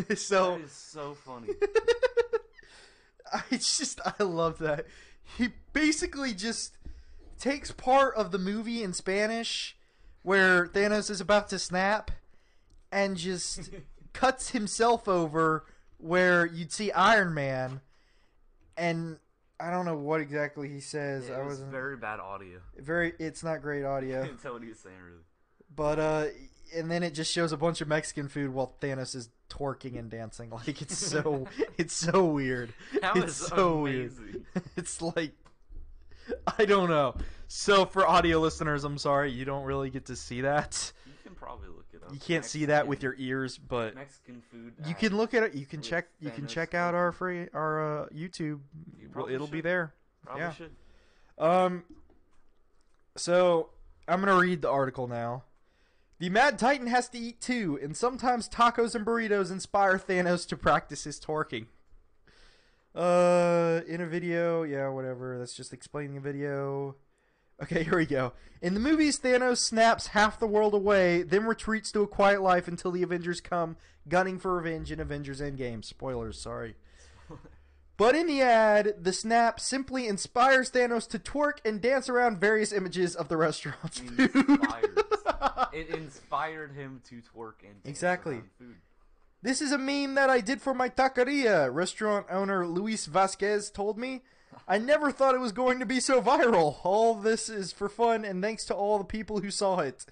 [SPEAKER 1] that. so
[SPEAKER 2] That is so funny.
[SPEAKER 1] I just I love that. He basically just takes part of the movie in Spanish where Thanos is about to snap and just cuts himself over where you'd see Iron Man and I don't know what exactly he says.
[SPEAKER 2] It
[SPEAKER 1] I
[SPEAKER 2] was
[SPEAKER 1] wasn't very,
[SPEAKER 2] very bad audio.
[SPEAKER 1] it's not great audio.
[SPEAKER 2] Can't tell what he was saying really.
[SPEAKER 1] But uh and then it just shows a bunch of Mexican food while Thanos is twerking and dancing. Like it's so it's so weird.
[SPEAKER 2] That
[SPEAKER 1] it's
[SPEAKER 2] was
[SPEAKER 1] so
[SPEAKER 2] amazing.
[SPEAKER 1] weird. It's like I don't know. So for audio listeners, I'm sorry you don't really get to see that.
[SPEAKER 2] You can probably look it up.
[SPEAKER 1] You can't see that with your ears, but
[SPEAKER 2] Mexican food.
[SPEAKER 1] you
[SPEAKER 2] ad.
[SPEAKER 1] can look at it. You can
[SPEAKER 2] with
[SPEAKER 1] check. You can
[SPEAKER 2] Thanos
[SPEAKER 1] check out our free our uh, YouTube.
[SPEAKER 2] You
[SPEAKER 1] Well,
[SPEAKER 2] probably
[SPEAKER 1] It'll be
[SPEAKER 2] should.
[SPEAKER 1] there.
[SPEAKER 2] Probably
[SPEAKER 1] yeah.
[SPEAKER 2] should.
[SPEAKER 1] Um, so I'm gonna read the article now. The Mad Titan has to eat too, and sometimes tacos and burritos inspire Thanos to practice his torquing. Uh, in a video, yeah, whatever. That's just explaining the video. Okay, here we go. In the movies, Thanos snaps half the world away, then retreats to a quiet life until the Avengers come, gunning for revenge in Avengers Endgame. Spoilers, sorry. But in the ad, the snap simply inspires Thanos to twerk and dance around various images of the restaurant's
[SPEAKER 2] He
[SPEAKER 1] food.
[SPEAKER 2] Inspired. it inspired him to twerk and dance
[SPEAKER 1] Exactly.
[SPEAKER 2] around Food.
[SPEAKER 1] This is a meme that I did for my taqueria, restaurant owner Luis Vasquez told me. I never thought it was going to be so viral. All this is for fun, and thanks to all the people who saw it.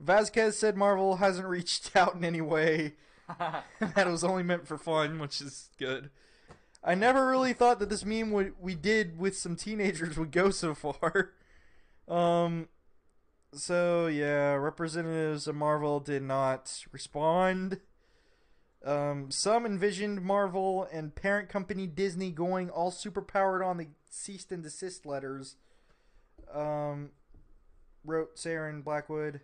[SPEAKER 1] Vasquez said Marvel hasn't reached out in any way. that it was only meant for fun, which is good. I never really thought that this meme we, we did with some teenagers would go so far. Um, so yeah, representatives of Marvel did not respond. Um, some envisioned Marvel and parent company Disney going all superpowered on the cease and desist letters. Um, wrote Saren Blackwood.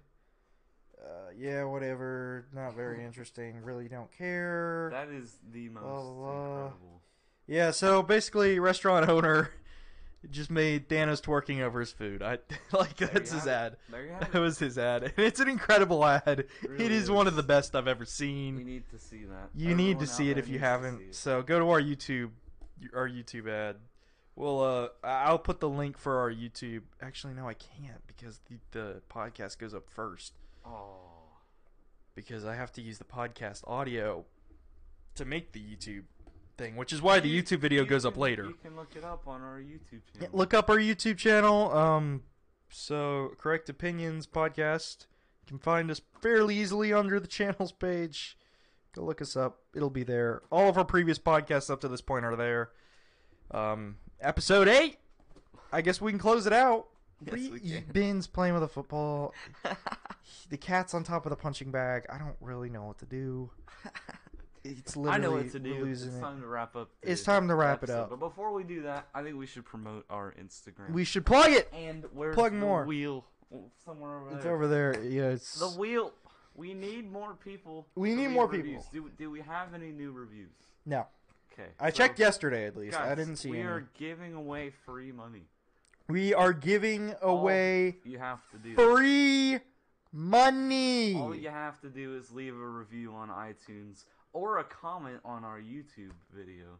[SPEAKER 1] Uh, yeah, whatever. Not very interesting. Really don't care.
[SPEAKER 2] that is the most
[SPEAKER 1] Well, uh,
[SPEAKER 2] incredible.
[SPEAKER 1] Yeah, so basically, restaurant owner just made Thanos twerking over his food. I like
[SPEAKER 2] There
[SPEAKER 1] that's
[SPEAKER 2] you
[SPEAKER 1] his
[SPEAKER 2] have
[SPEAKER 1] ad.
[SPEAKER 2] it. There you have
[SPEAKER 1] That
[SPEAKER 2] it.
[SPEAKER 1] was his ad, and it's an incredible ad.
[SPEAKER 2] really
[SPEAKER 1] it is, one of the
[SPEAKER 2] is.
[SPEAKER 1] best I've ever
[SPEAKER 2] We
[SPEAKER 1] seen.
[SPEAKER 2] need to see that.
[SPEAKER 1] You need
[SPEAKER 2] Everyone
[SPEAKER 1] to
[SPEAKER 2] out
[SPEAKER 1] see it
[SPEAKER 2] there
[SPEAKER 1] if you
[SPEAKER 2] needs to see
[SPEAKER 1] haven't.
[SPEAKER 2] it.
[SPEAKER 1] So go to our YouTube, our YouTube ad. Well, uh, I- I'll put the link for our YouTube. Actually, no, I can't because the, the podcast goes up first
[SPEAKER 2] Oh.
[SPEAKER 1] because I have to use the podcast audio to make the YouTube thing, which is why the
[SPEAKER 2] You-
[SPEAKER 1] YouTube video
[SPEAKER 2] you
[SPEAKER 1] goes up
[SPEAKER 2] can-
[SPEAKER 1] later.
[SPEAKER 2] You can look it up on our YouTube
[SPEAKER 1] Yeah,
[SPEAKER 2] channel.
[SPEAKER 1] look up our YouTube channel. Um, so correct opinions podcast. You can find us fairly easily under the channels page. Go look us up; it'll be there. All of our previous podcasts up to this point are there. Um, episode eight. I guess we can close it out.
[SPEAKER 2] Yes, we
[SPEAKER 1] He-
[SPEAKER 2] can.
[SPEAKER 1] Ben's playing with a football. the cat's on top of the punching bag. I don't really know what to do. It's
[SPEAKER 2] I
[SPEAKER 1] literally
[SPEAKER 2] know what to do.
[SPEAKER 1] we're losing
[SPEAKER 2] it's
[SPEAKER 1] it.
[SPEAKER 2] time to wrap up.
[SPEAKER 1] It's
[SPEAKER 2] the
[SPEAKER 1] time to wrap it
[SPEAKER 2] episode.
[SPEAKER 1] up.
[SPEAKER 2] But before we do that, I think we should promote our Instagram.
[SPEAKER 1] We should plug it.
[SPEAKER 2] and where's
[SPEAKER 1] plug
[SPEAKER 2] the
[SPEAKER 1] more.
[SPEAKER 2] wheel? Oh, Somewhere over
[SPEAKER 1] It's
[SPEAKER 2] there.
[SPEAKER 1] over there. Yeah, it's
[SPEAKER 2] The wheel. We need more people.
[SPEAKER 1] We
[SPEAKER 2] to
[SPEAKER 1] need
[SPEAKER 2] leave
[SPEAKER 1] more
[SPEAKER 2] reviews.
[SPEAKER 1] people.
[SPEAKER 2] Do, do we have any new reviews?
[SPEAKER 1] no.
[SPEAKER 2] Okay.
[SPEAKER 1] I
[SPEAKER 2] so,
[SPEAKER 1] checked yesterday at least. I
[SPEAKER 2] guys,
[SPEAKER 1] didn't see
[SPEAKER 2] We
[SPEAKER 1] any.
[SPEAKER 2] are giving away free money.
[SPEAKER 1] we are giving
[SPEAKER 2] All
[SPEAKER 1] away
[SPEAKER 2] you have to do. this.
[SPEAKER 1] free money.
[SPEAKER 2] All you have to do is leave a review on iTunes or a comment on our YouTube video.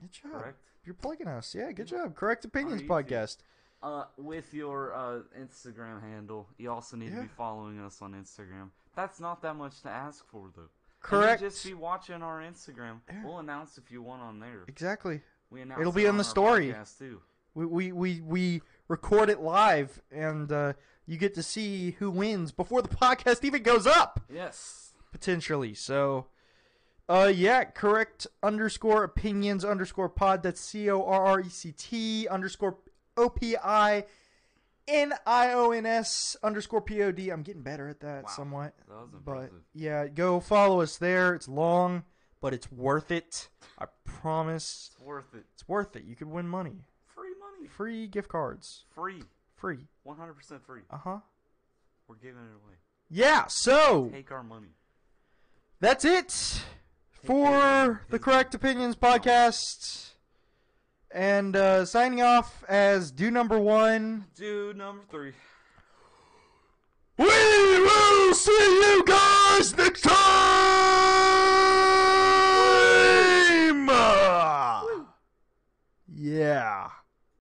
[SPEAKER 1] Good job.
[SPEAKER 2] Correct.
[SPEAKER 1] You're plugging us. Yeah, good job. Correct Opinions
[SPEAKER 2] YouTube.
[SPEAKER 1] Podcast.
[SPEAKER 2] Uh, with your uh, Instagram handle, you also need to
[SPEAKER 1] Yeah.
[SPEAKER 2] be following us on Instagram. That's not that much to ask for, though. And
[SPEAKER 1] Correct.
[SPEAKER 2] You just be watching our Instagram.
[SPEAKER 1] Yeah.
[SPEAKER 2] We'll announce if you want on there.
[SPEAKER 1] Exactly.
[SPEAKER 2] We announce
[SPEAKER 1] It'll
[SPEAKER 2] it
[SPEAKER 1] be on the
[SPEAKER 2] our
[SPEAKER 1] story.
[SPEAKER 2] podcast, too.
[SPEAKER 1] We, we, we, we record it live and uh, you get to see who wins before the podcast even goes up.
[SPEAKER 2] Yes.
[SPEAKER 1] potentially. So, uh, yeah, correct underscore opinions underscore pod. That's C O R R E C T underscore O P I N I O N S underscore P O D. I'm getting better at that
[SPEAKER 2] Wow.
[SPEAKER 1] somewhat.
[SPEAKER 2] That was
[SPEAKER 1] But
[SPEAKER 2] impressive.
[SPEAKER 1] yeah, go follow us there. It's long, but it's worth it. I promise.
[SPEAKER 2] it's worth it.
[SPEAKER 1] It's worth it. You could win money.
[SPEAKER 2] Free money.
[SPEAKER 1] Free gift cards.
[SPEAKER 2] Free.
[SPEAKER 1] Free.
[SPEAKER 2] 100% free.
[SPEAKER 1] Uh huh.
[SPEAKER 2] We're giving it
[SPEAKER 1] Yeah, so
[SPEAKER 2] away. Take our money.
[SPEAKER 1] That's it for
[SPEAKER 2] care.
[SPEAKER 1] the Correct Opinions podcast. And uh, signing off as do number one.
[SPEAKER 2] Dude, number three.
[SPEAKER 1] We will see you guys next time. Yeah.